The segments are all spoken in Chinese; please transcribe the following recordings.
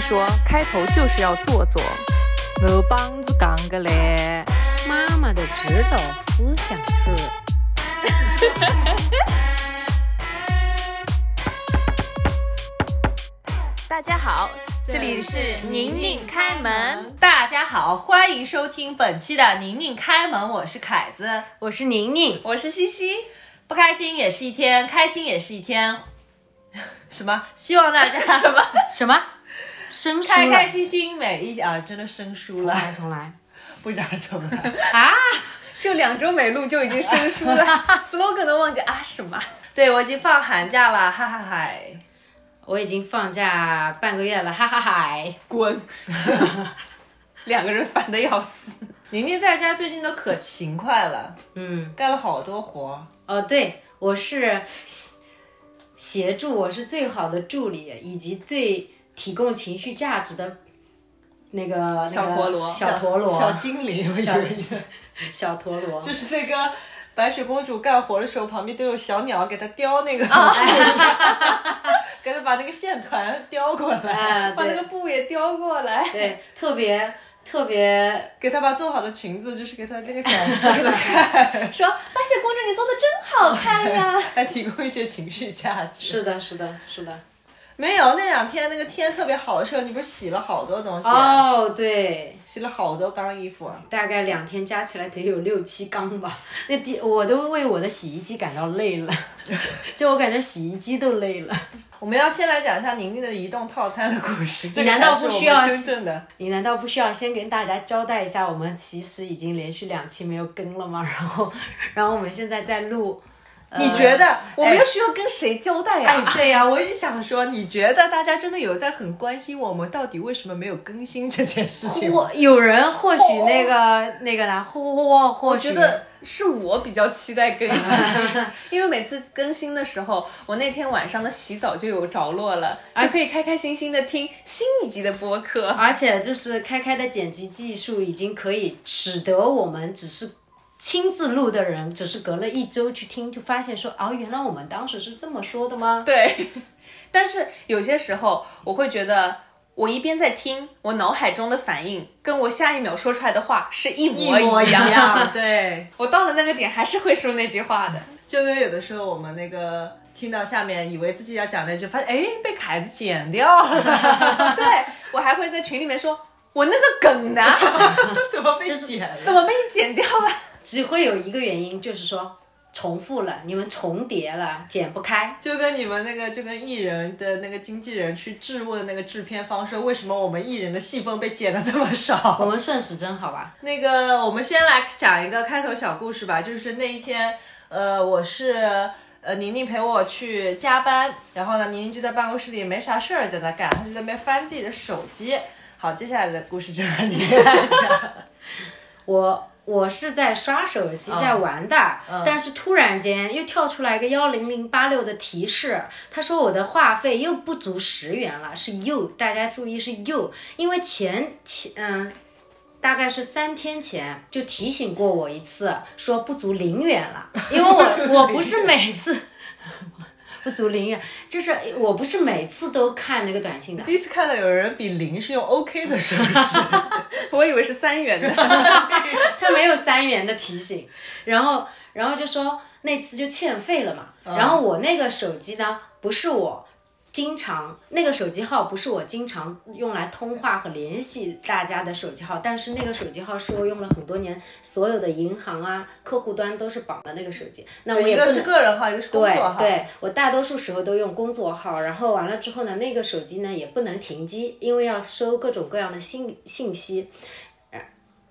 说，开头就是要做做。我帮子讲个嘞，妈妈的指导思想是。大家好，这里是宁宁开门。。大家好，欢迎收听本期的宁宁开门，我是凯子，我是宁宁，我是西西。不开心也是一天，开心也是一天。 什么？希望大家什么什么？生疏开开了？心心每一啊，真的生疏重了，哎来，重来不想重来。啊！就两周没录就已经生疏了 ，slogan 都忘记啊什么？ 对我已经放寒假了，哈哈哈！我已经放假半个月了，哈哈嗨！滚！两个人烦的要死。宁宁在家最近都可勤快了，嗯，干了好多活。哦，对，我是协协助，我是最好的助理，以及最提供情绪价值的那个那个小陀螺小陀小螺，精灵，我以为小陀螺，就是那个白雪公主干活的时候，旁边都有小鸟给她叼那个，啊 给她把那个线团叼过来，啊，对布也叼过来。对，特别特别给她把做好的裙子，就是给她那个展示给她看，说白雪公主，你做的真好 看呀！还提供一些情绪价值。是的，是的，是的。没有那两天那个天特别好的时候，你不是洗了好多东西，啊哦，对，洗了好多缸衣服啊。大概两天加起来得有六七缸吧。那第我都为我的洗衣机感到累了， 就我感觉洗衣机都累了。我们要先来讲一下宁宁的移动套餐的故事，这个难道才是不我们需要真正的？你难道不需要先跟大家交代一下，我们其实已经连续两期没有更了吗？ 然后，然后我们现在在录，呃你觉得我们哎又需要跟谁交代哎呀？，对呀、我一直想说，你觉得大家真的有在很关心我们到底为什么没有更新这件事情吗？我有人或许那个那个啦，或或或我许觉得是我比较期待更新， 因为每次更新的时候，我那天晚上的洗澡就有着落了，就可以开开心心的听新一集的播 客。而且就是开开的剪辑技术已经可以使得我们只是亲自录的人，只是隔了一周去听，就发现说哦，原来我们当时是这么说的吗？对，但是有些时候我会觉得，我一边在听，我脑海中的反应跟我下一秒说出来的话是 一一模模一样。样，对，我到了那个点还是会说那句话的。就跟有的时候我们那个听到下面，以为自己要讲那句，发现哎被凯子剪掉了， 对我还会在群里面说，我那个梗呢，怎么被剪了？怎么被你剪掉了？只会有一个原因，就是说重复了，你们重叠了，剪不开。就跟你们那个，就跟艺人的那个经纪人去质问那个制片方说，为什么我们艺人的戏份被剪的这么少？我们顺时针好吧？那个，我们先来讲一个开头小故事吧，就是那一天，呃，我是呃宁宁陪我去加班，然后呢，宁宁就在办公室里没啥事儿在那干，她就在那边翻自己的手机。好，接下来的故事就让宁宁来讲。我我是在刷手机在玩的，但是突然间又跳出来一个幺零零八六的提示，他说我的话费又不足十元了，是又，大家注意是又，因为前前嗯。大概是三天前就提醒过我一次，说不足零元了，因为我我不是每次 不足零元，就是我不是每次都看那个短信的，第一次看到有人比零是用 OK 的手 势，我以为是三元 的。他没有三元的提醒，然后然后就说那次就欠费了嘛。嗯然后我那个手机呢，不是我经常那个手机号不是我经常用来通话和联系大家的手机号，但是那个手机号是我用了很多年，所有的银行啊、客户端都是绑的那个手机。那我一也不个能是个人号，一个是工作号。对，对我大多数时候都用工作号，然后完了之后呢，那个手机呢也不能停机，因为要收各种各样的信信息。呃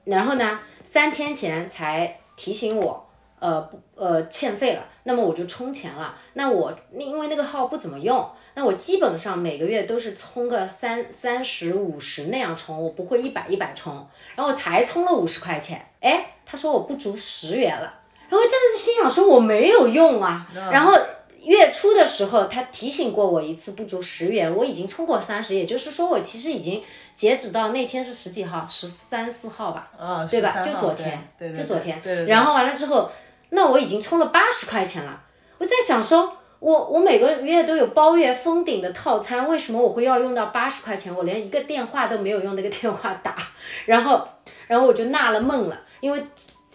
然然后呢，三天前才提醒我，呃不呃欠费了，那么我就充钱了。那我那因为那个号不怎么用，那我基本上每个月都是充个三三十五十那样充，我不会一百一百充。然后我才充了五十块钱，哎，他说我不足十元了。然后这样子心想说我没有用啊，嗯然后月初的时候，他提醒过我一次不足十元，我已经充过三十，也就是说我其实已经截止到那天是十几号，十三四号吧，嗯，对吧？ 13就号昨天，对对对就昨天。对对对然后完了之后，那我已经充了八十块钱了，我在想说，我我每个月都有包月封顶的套餐，为什么我会要用到八十块钱？我连一个电话都没有用那个电话打，然后然后我就纳了闷了，因为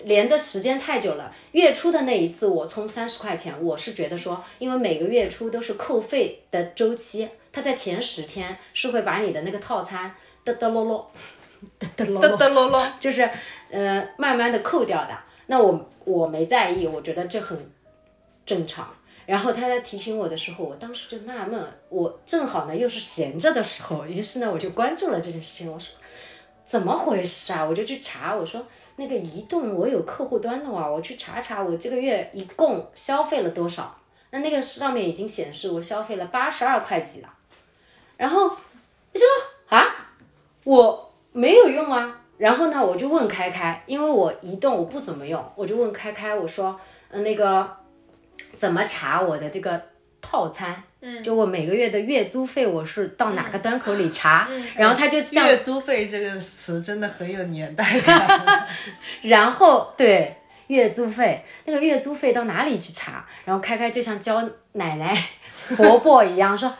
连的时间太久了。月初的那一次，我充三十块钱，我是觉得说，因为每个月初都是扣费的周期，它在前十天是会把你的那个套餐嘚嘚啰 啰，嘚嘚啰嘚啰，嘚啰啰，就是呃慢慢的扣掉的。那我我没在意，我觉得这很正常。然后他在提醒我的时候，我当时就纳闷，我正好呢又是闲着的时候，于是呢我就关注了这件事情。我说怎么回事啊？我就去查，我说那个移动我有客户端的话，啊我去查查我这个月一共消费了多少。那那个上面已经显示我消费了八十二块几了，然后我就啊，我没有用啊。然后呢，我就问开开，因为我移动我不怎么用，我就问开开，我说，嗯，那个怎么查我的这个套餐？嗯，就我每个月的月租费，我是到哪个端口里查？然后他就像月租费这个词真的很有年代感。然后对月租费，那个月租费到哪里去查？然后开开就像教奶奶、伯伯一样说：“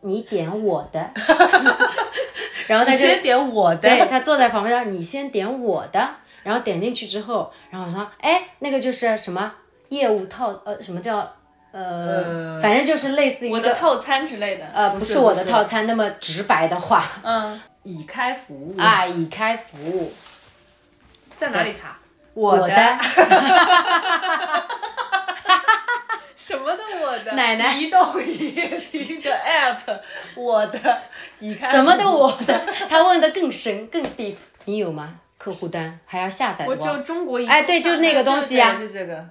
你点我的。” 然后他你就先点我的，对他坐在旁边，你先点我的，然后点进去之后，然后我说：“哎，那个就是什么业务套呃，什么叫呃，呃反正就是类似于 我一的个套餐之类的。呃，不不是是我不的是套餐那么直白的话嗯，已开服务啊，已开服务在哪里查？我我的什么的我的？奶奶。”移动也听个 app，我的已开服务什么的我的，他问的更深更 deep。你有吗？客户端还要下载的我只有吧？中国移动哎，对，就是那个东西啊，就是这个，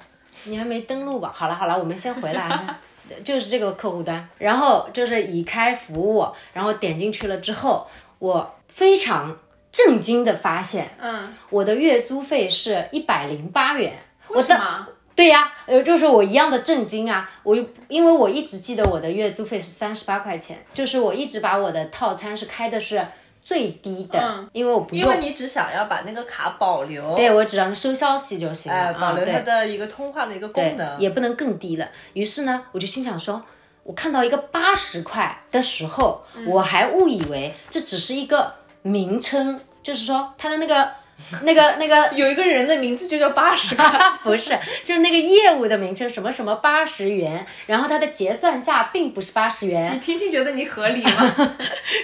你还没登录吧？好了好了，我们先回来啊， 就是这个客户端，然后就是已开服务，然后点进去了之后，我非常震惊的发现，嗯，我的月租费是一百零八元。我为什的么？对呀、呃，就是我一样的震惊啊！我又因为我一直记得我的月租费是三十八块钱，就是我一直把我的套餐是开的是最低的，嗯因为我不因为用，哎你只想要把那个卡保留，对我只要收消息就行了、哎，保啊，留它对的一个通话的一个功能，也不能更低了。于是呢，我就心想说，我看到一个八十块的时候，嗯我还误以为这只是一个名称，就是说它的那个那个那个有一个人的名字就叫八十块， 不是，就是那个业务的名称，什么什么八十元，然后它的结算价并不是八十你元。听听觉得你合理吗？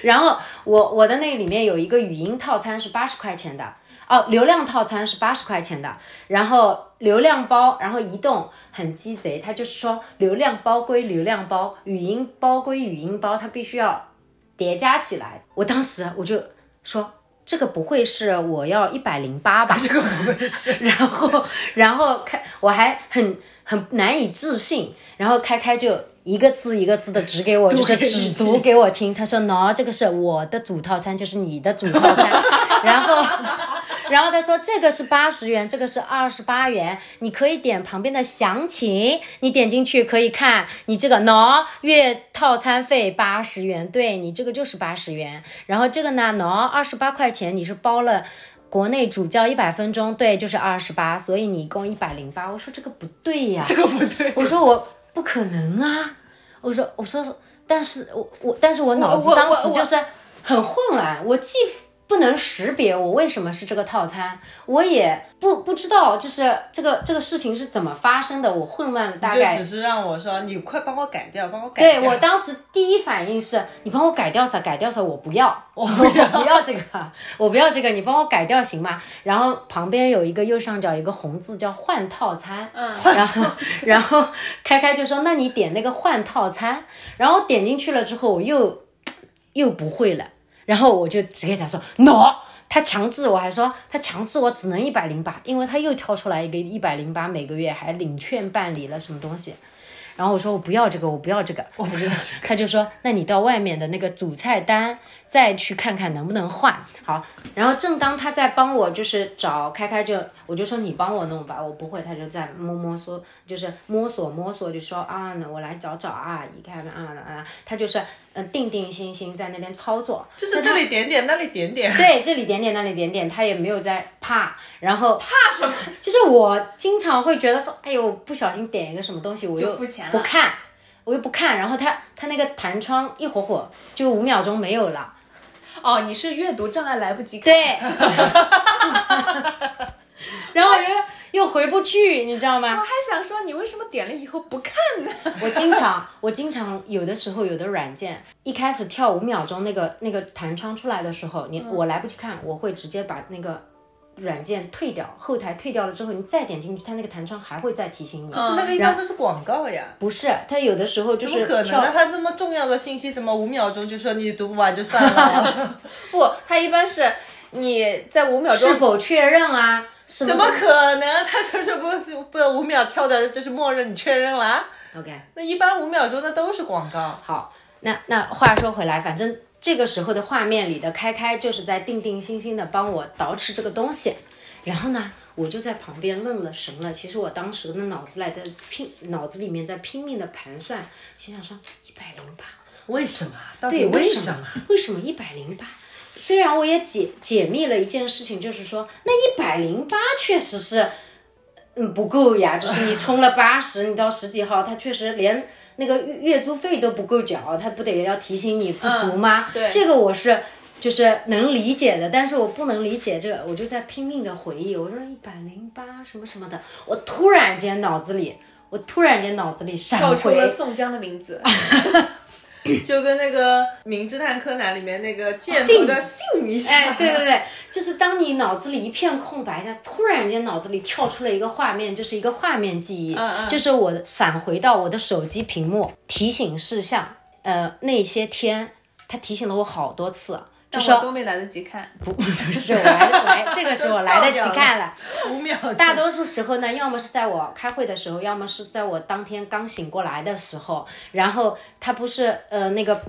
然后我我的那里面有一个语音套餐是八十块钱的，哦，流量套餐是八十块钱的，然后流量包，然后移动很鸡贼，它就是说流量包归流量包，语音包归语音包，它必须要叠加起来。我当时我就说。这个不会是我要一百零八 吧？这个然后然后开我还很很难以置信，然后开开就一个字一个字的指给我，就是只读给我听。他说喏，这个是我的主套餐，就是你的主套餐。然后然后他说这个是八十元，这个是二十八元，你可以点旁边的详情，你点进去可以看你这个喏月套餐费八十元，对你这个就是八十元。然后这个呢喏二十八块钱，你是包了。国内主教一百分钟，对，就是二十八，所以你一共一百零八。我说这个不对呀、 这个不对，我说我不可能啊，我说我说，但是我我但是我脑子我我当时我就是很混乱，我既不能识别我为什么是这个套餐，我也不不知道就是这个这个事情是怎么发生的，我混乱了大就概只是让我说你快帮我改掉，帮我改对掉。我当时第一反应是，你帮我改掉噻，改掉噻，我不 要，我不要，我不要这个，我不要这个，你帮我改掉行吗？然后旁边有一个右上角有一个红字叫换套餐，嗯，然后然后开开就说，那你点那个换套餐，然后点进去了之后，我又又不会了，然后我就只给他说 no。他强制我还说他强制我只能一百零八，因为他又挑出来一个一百零八，每个月还领券办理了什么东西，然后我说我不要这个，我不要这个，我不要这 个。他就说，那你到外面的那个主菜单再去看看能不能换。好，然后正当他在帮我就是找开开就，我就说你帮我弄吧，我不会。他就在摸摸索，就是摸索摸索，就说啊，那我来找找啊，一看啊啊啊，他就是嗯、呃定定心心在那边操作，就是这里点点，那里点 点，对，这里点点那里点点，他也没有在怕，然后怕什么？就是我经常会觉得说，哎呦，不小心点一个什么东西，我又就付钱了不看，我又不看，然后它它那个弹窗一火火就五秒钟没有了。哦，你是阅读障碍来不及看，对， 是的。 然后我就又回不去，你知道吗我？还想说你为什么点了以后不看呢？我经常，我经常有的时候有的软件一开始跳五秒钟那个那个弹窗出来的时候，你、嗯我来不及看，我会直接把那个软件退掉，后台退掉了之后，你再点进去，它那个弹窗还会再提醒你。那个一般都是广告呀。不是，它有的时候就是不可能跳的，它那么重要的信息，怎么五秒钟就说你读不完就算了？不，它一般是你在五秒是钟否确认啊？什么怎的么可能？它就是不不五秒跳的，就是默认你确认了啊。 ？OK，那一般五秒钟那都是广告。好，那那话说回来，反正这个时候的画面里的开开就是在定定心心的帮我捯饬这个东西，然后呢，我就在旁边愣了神了。其实我当时的脑子来在拼，脑子里面在拼命的盘算，心想说一百零八，为什么？到对，为什么？为什么一百零八？虽然我也解解密了一件事情，就是说那一百零八确实是，嗯，不够呀。就是你充了八十，你到十几号，他确实连那个月月租费都不够缴，他不得要提醒你不足吗？对这个我是就是能理解的，但是我不能理解这个，我就在拼命的回忆，我说一百零八什么什么的，我突然间脑子里，我突然间脑子里闪跳出了回，宋江的名 字，就跟那个《名侦探柯南》里面那个箭头的信一下。哎，对对对， 就是当你脑子里一片空白，它突然间脑子里跳出了一个画面，就是一个画面记忆，嗯嗯就是我闪回到我的手机屏幕提醒事项，呃，那些天它提醒了我好多次，就但说我都没来得及看。不不 是我来我来，这个是我 来得及看了。五秒钟。大多数时候呢，要么是在我开会的时候，要么是在我当天刚醒过来的时候。然后它不是呃那个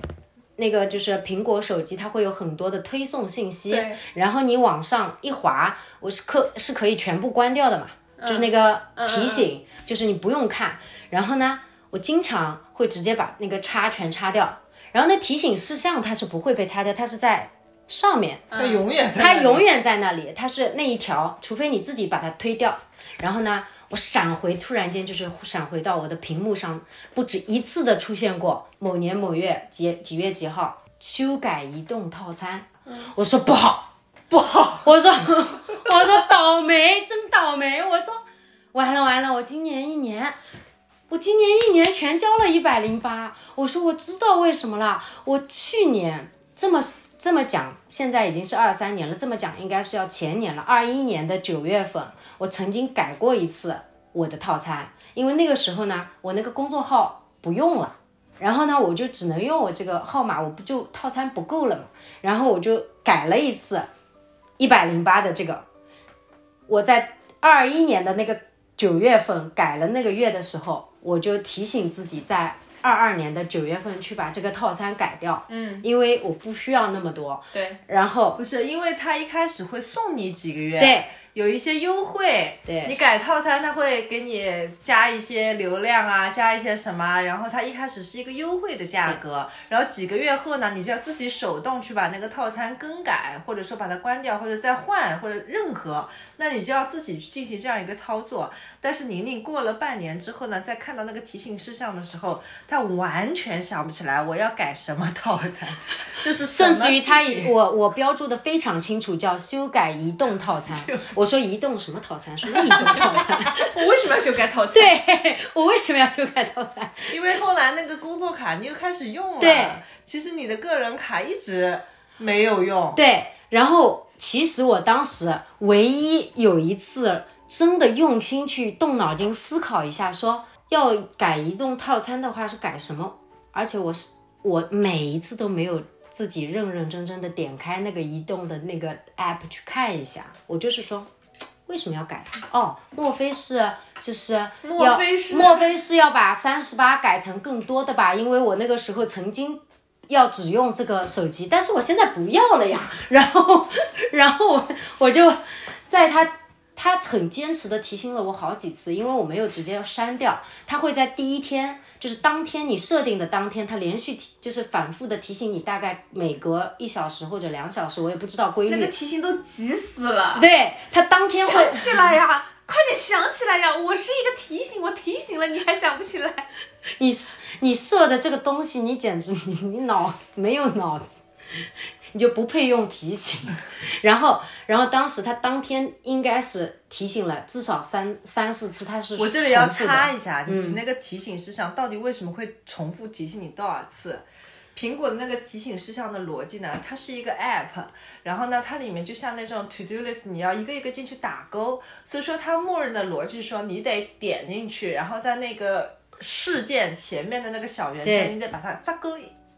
那个就是苹果手机，它会有很多的推送信息对，然后你往上一滑，我是可是可以全部关掉的嘛，就是那个提醒，就是你不用看。然后呢，我经常会直接把那个叉全叉掉，然后那提醒事项它是不会被擦掉，它是在上面。他永远在那它里永远在那里，它是那一条，除非你自己把它推掉。然后呢，我闪回，突然间就是闪回到我的屏幕上，不止一次的出现过某年某月几几月几号修改移动套餐，我说不好，不好。我说 我说倒霉，真倒霉，我说完了完了，我今年一年。我今年一年全交了一百零八，我说我知道为什么了。我去年这么这么讲，现在已经是二三年了，这么讲应该是要前年了，二一年的九月份，我曾经改过一次我的套餐，因为那个时候呢，我那个工作号不用了，然后呢，我就只能用我这个号码，我不就套餐不够了嘛，然后我就改了一次一百零八的这个，我在二一年的那个九月份改了那个月的时候，我就提醒自己在二二年的九月份去把这个套餐改掉，嗯，因为我不需要那么多。对，然后不是，因为他一开始会送你几个月，对，有一些优惠，对你改套餐，他会给你加一些流量啊，加一些什么啊，然后它一开始是一个优惠的价格，然后几个月后呢，你就要自己手动去把那个套餐更改，或者说把它关掉，或者再换，或者任何，那你就要自己去进行这样一个操作。但是宁宁过了半年之后呢，在看到那个提醒事项的时候，她完全想不起来我要改什么套餐，就是什甚么至于他事已情我我标注的非常清楚，叫修改移动套餐。我说移动什么套餐？什么移动套餐？ 我为什么要修改套餐？对我为什么要修改套餐？因为后来那个工作卡你又开始用了，对，其实你的个人卡一直没有用，对，然后其实我当时唯一有一次真的用心去动脑筋思考一下，说要改移动套餐的话是改什么，而且我是我每一次都没有。自己认认真真的点开那个移动的那个 app 去看一下，我就是说，为什么要改啊？哦，莫非是就是要莫非是莫非是要把三十八改成更多的吧？因为我那个时候曾经要只用这个手机，但是我现在不要了呀。 然后，然后我我就在他他很坚持的提醒了我好几次，因为我没有直接删掉，他会在第一天，就是当天你设定的当天，他连续提就是反复的提醒你，大概每隔一小时或者两小时，我也不知道规律。那个提醒都急死了，对他当天会想起来呀，快点想起来呀！我是一个提醒，我提醒了你还想不起来。你你设的这个东西，你简直你你脑没有脑子，你就不配用提醒。然后然后当时他当天应该是提醒了至少三三四次，他是 我这里要重复的嗯插一下，你那个提醒事项到底为什么会重复提醒你多少次？苹果的那个提醒事项的逻辑呢？它是一个 app，然后呢，它里面就像那种 to do list，你要一个一个进去打勾，所以说它默认的逻辑是说你得点进去，然后在那个事件前面的那个小圆对嗯圈，你得把它扎勾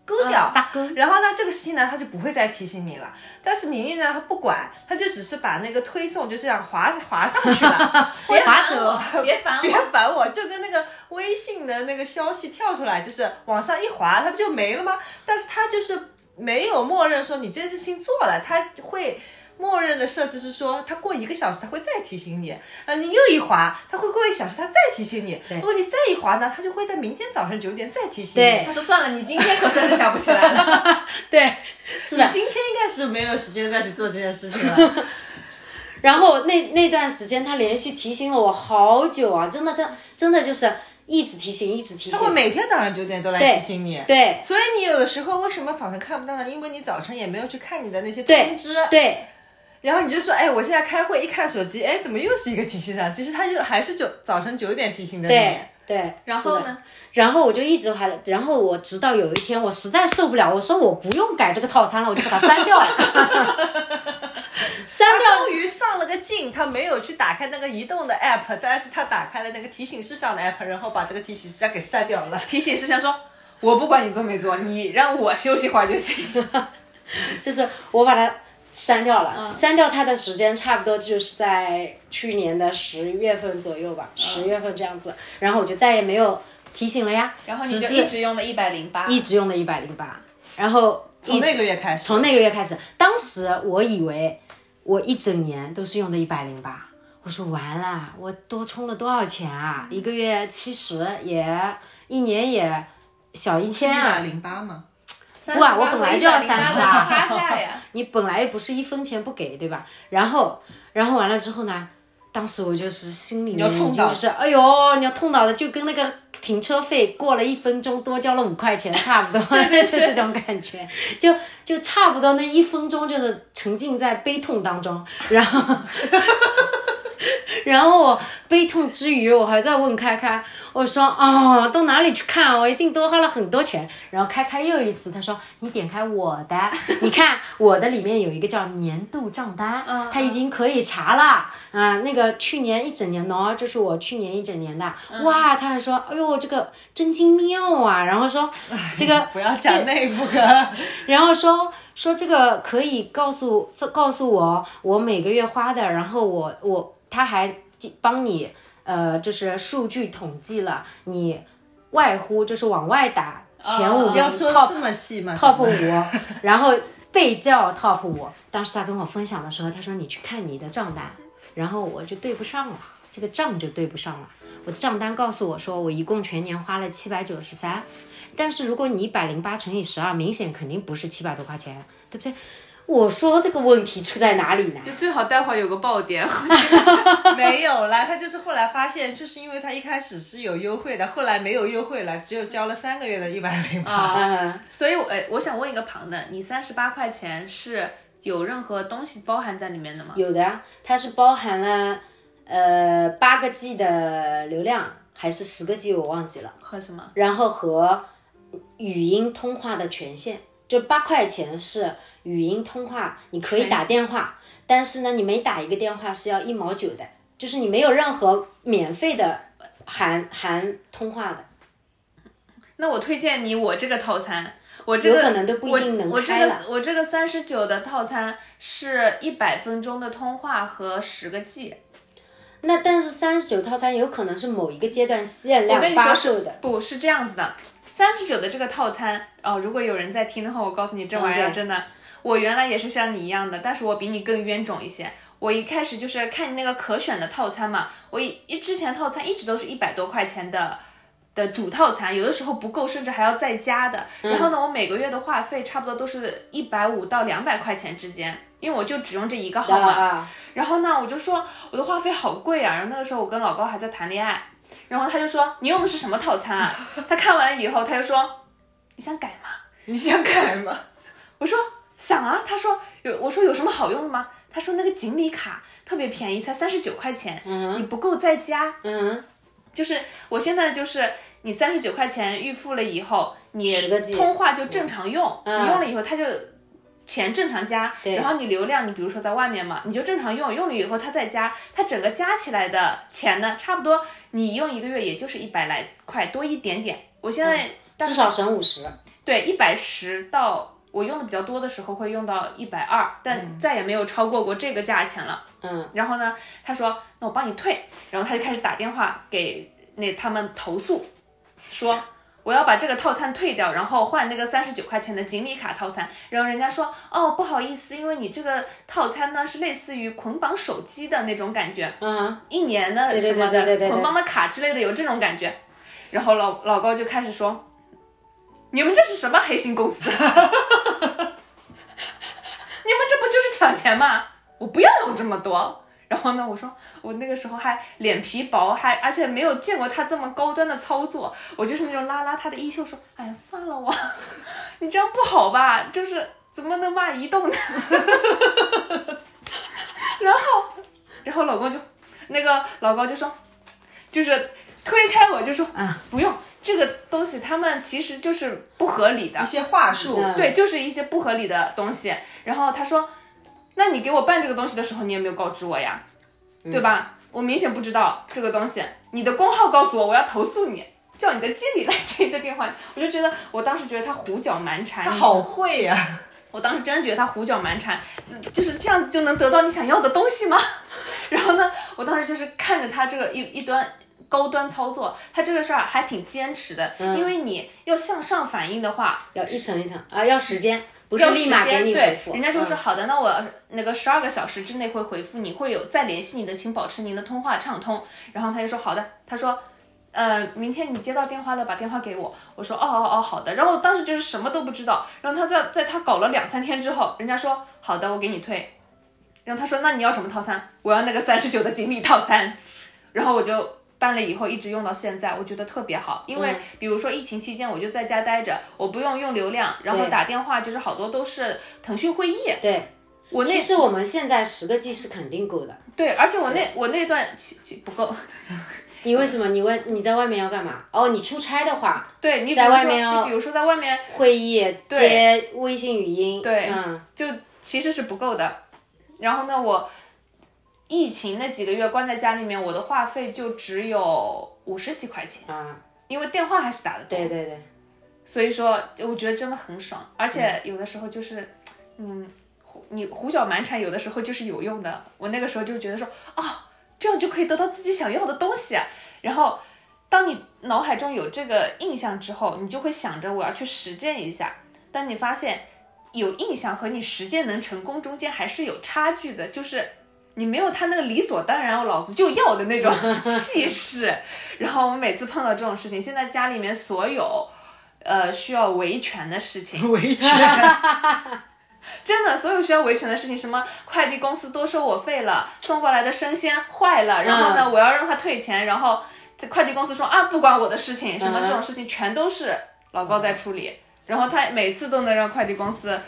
勾掉，扎根。然后呢，这个事情呢，他就不会再提醒你了。但是宁宁呢，她不管，她就只是把那个推送就这样滑滑上去了， 别滑烦走。我，别烦别我。烦我，就跟那个微信的那个消息跳出来，就是往上一滑，它不就没了吗？但是它就是没有默认说你这件事情做了，它会。默认的设置是说，它过一个小时它会再提醒你，啊，你又一滑，它会过一小时它再提醒你。如果你再一滑呢，它就会在明天早上九点再提醒你。对他说算了，你今天可算 是想不起来了。 对，是的你。今天应该是没有时间再去做这件事 情了。然后那那段时间，他连续提醒了我好久啊，真的，真真的就是一直提醒，一直提他会醒。每天早上九点都来提醒你。对所以你有的时候为什么早晨看不到呢？因为你早晨也没有去看你的那些对通知，对然后你就说，哎，我现在开会，一看手机，哎，怎么又是一个提醒上？其实他就还是九早晨九点提醒的你。对对。然是后的呢？然后我就一直还，然后我直到有一天我实在受不了，我说我不用改这个套餐了，我就把它删掉了。 删掉啊他终于上了个镜，他没有去打开那个移动的 app，但是他打开了那个提醒事项的 app，然后把这个提醒事项给删掉了。提醒事项说，我不管你做没做，你让我休息会儿就行。就是我把它删掉了，嗯删掉它的时间差不多就是在去年的十月份左右吧，十、嗯月份这样子，然后我就再也没有提醒了呀，然后你直就至一直用了一百零八，一直用了一百零八，然后从那个月开始，从那个月开始，当时我以为我一整年都是用的一百零八，我说完了，我多充了多少钱啊？一个月七十也，一年也小一千啊，零八吗？ 38哇我本来就要108的38差价 呀。你本来也不是一分钱不给，对吧？然后，然后完了之后呢，当时我就是心里你要面痛已经到就是，哎呦，你要痛到的，就跟那个停车费过了一分钟多交了五块钱差不多， 就这种感觉，就就差不多那一分钟就是沉浸在悲痛当中，然后。然后我悲痛之余，我还在问开开，我说哦，到哪里去看？我一定多花了很多钱。然后开开又一次，他说你点开我的，你看我的里面有一个叫年度账单嗯，他已经可以查了啊、那个去年一整年的哦，这是我去年一整年的，嗯哇！他还说，哎呦，这个真精妙啊。然后说啊这嗯个不要讲内部的。然后说说这个可以告诉这告诉我我每个月花的，然后我我他还帮你呃就是数据统计了你外呼就是往外打前五哦名要说 top 这么细吗 top 五，然后被叫 top 五。当时他跟我分享的时候，他说你去看你的账单，然后我就对不上了，这个账就对不上了。我的账单告诉我说，我一共全年花了七百九十三，但是如果你一百零八乘以十二，明显肯定不是七百多块钱，对不对？我说这个问题出在哪里呢？就最好待会儿有个爆点，没有啦，他就是后来发现，就是因为他一开始是有优惠的，后来没有优惠了，只有交了三个月的一百零八。啊嗯， 所以我，哎，我想问一个旁的，你三十八块钱是有任何东西包含在里面的吗？有的啊，它是包含了呃八个 G 的流量，还是十个 G 我忘记了。和什么？然后和语音通话的权限，就八块钱是语音通话，你可以打电话，但是呢，你每打一个电话是要一毛九的，就是你没有任何免费的呃含含通话的。那我推荐你我这个套餐，我这有个可能都不一定能我我这开个了我这个三十九的套餐是一百分钟的通话和十个 G。那但是三十九套餐有可能是某一个阶段限我跟量你说发是售的，不是这样子的，三十九的这个套餐哦，如果有人在听的话，我告诉你，这玩意儿嗯对真的，我原来也是像你一样的，但是我比你更冤种一些。我一开始就是看你那个可选的套餐嘛，我一一之前套餐一直都是一百多块钱的的主套餐，有的时候不够，甚至还要再加的。嗯然后呢，我每个月的话费差不多都是一百五到两百块钱之间，因为我就只用这一个号啊码。啊，然后呢，我就说我的话费好贵啊。然后那个时候我跟老高还在谈恋爱，然后他就说你用的是什么套餐啊？他看完了以后，他就说你想改吗？你想改吗？我说想啊，他说有，我说有什么好用的吗？他说那个锦鲤卡特别便宜，才三十九块钱，你不够再加。嗯，就是我现在就是你三十九块钱预付了以后，你10个 G 嗯通话就正常用，你用了以后它就。钱正常加，然后你流量，你比如说在外面嘛，你就正常用，用了以后它再加，它整个加起来的钱呢，差不多你用一个月也就是一百来块多一点点。我现在至少省五十。啊对，一百十到我用的比较多的时候会用到一百二，但再也没有超过过这个价钱了。嗯，然后呢，他说那我帮你退，然后他就开始打电话给那他们投诉，说。我要把这个套餐退掉，然后换那个三十九块钱的锦鲤卡套餐。然后人家说，哦，不好意思，因为你这个套餐呢是类似于捆绑手机的那种感觉，嗯，一年的对对什么对对对的对捆绑的卡之类的，有这种感觉。然后老老高就开始说：“你们这是什么黑心公司？你 们这不就是抢钱吗？我不要用这么多。”然后呢，我说我那个时候还脸皮薄，还而且没有见过他这么高端的操作，我就是那种拉拉他的衣袖说：“哎呀，算了我， 你这样不好吧？就是怎么能骂移动呢？” 然后，然后老公就那个老高就说，就是推开我就说啊，不用这个东西，他们其实就是不合理的一，些话术，嗯对，就是一些不合理的东西。然后他说，那你给我办这个东西的时候，你也没有告知我呀，嗯对吧？我明显不知道这个东西，你的工号告诉我，我要投诉你。叫你的经理来接你的电话，我就觉得，我当时觉得他胡搅蛮缠，他好会啊呀、我当时真的觉得他胡搅蛮缠，嗯就是这样子就能得到你想要的东西吗？ 然后呢，我当时就是看着他这个一一端高端操作，他这个事儿还挺坚持的，嗯因为你要向上反应的话，要一层一层啊，要时间，不是要立时马给间你回对，复，人家就会说嗯好的，那我那个十二个小时之内会回复你，会有再联系你的，请保持您的通话畅通。然后他就说好的，他说。呃，明天你接到电话了，把电话给我。我说哦哦哦，好的。然后当时就是什么都不知道。然后他在在他搞了两三天之后，人家说好的，我给你退。然后他说那你要什么套餐？我要那个三十九的锦鲤套餐。然后我就办了以后一直用到现在，我觉得特别好。因嗯为比如说疫情期间我就在家待着，我不用用流量，然后对打电话就是好多都是腾讯会议。对。我那其实我们现在十个 G 是肯定够的。对，而且我那我那段其其不够。你为什么？你问你在外面要干嘛？哦，你出差的话，对你比在如外说面哦你比如说在外面会议接微信语音，对嗯，就其实是不够的。然后呢，我疫情那几个月关在家里面，我的话费就只有五十几块钱，啊，因为电话还是打得对通。对对，所以说，我觉得真的很爽，而且有的时候就是，嗯，胡你胡搅蛮缠，有的时候就是有用的。我那个时候就觉得说，啊，这样就可以得到自己想要的东西。然后，当你脑海中有这个印象之后，你就会想着我要去实践一下。但你发现有印象和你实践能成功中间还是有差距的，就是你没有他那个理所当然，老子就要的那种气势。然后我每次碰到这种事情，现在家里面所有呃需要维权的事情，维权， 真的，所有需要维权的事情，什么快递公司多收我费了，送过来的生鲜坏了，然后呢，嗯我要让他退钱，然后这快递公司说啊，不关我的事情，什么嗯这种事情全都是老高在处理，然后他每次都能让快递公司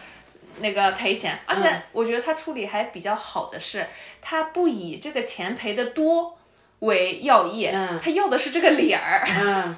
那个赔钱，而嗯且我觉得他处理还比较好的是，他不以这个钱赔的多为要义，嗯他要的是这个理儿。 嗯，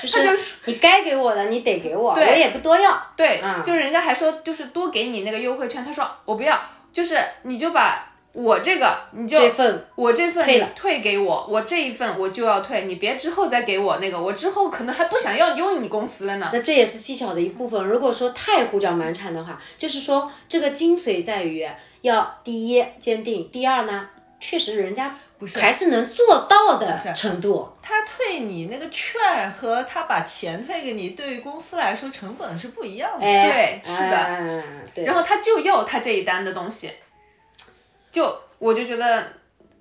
就就是是你该给我的你得给我，我也不多要，对，嗯就是人家还说就是多给你那个优惠券，他说我不要，就是你就把我这个你就这份我这份退你了退给我，我这一份我就要退，你别之后再给我那个，我之后可能还不想要用你公司了呢。那这也是技巧的一部分。如果说太胡搅蛮缠的话，就是说这个精髓在于要第一坚定，第二呢，确实人家还是能做到的程度。他退你那个券和他把钱退给你，对于公司来说成本是不一样的。哎，对是的哎对。然后他就要他这一单的东西，就我就觉得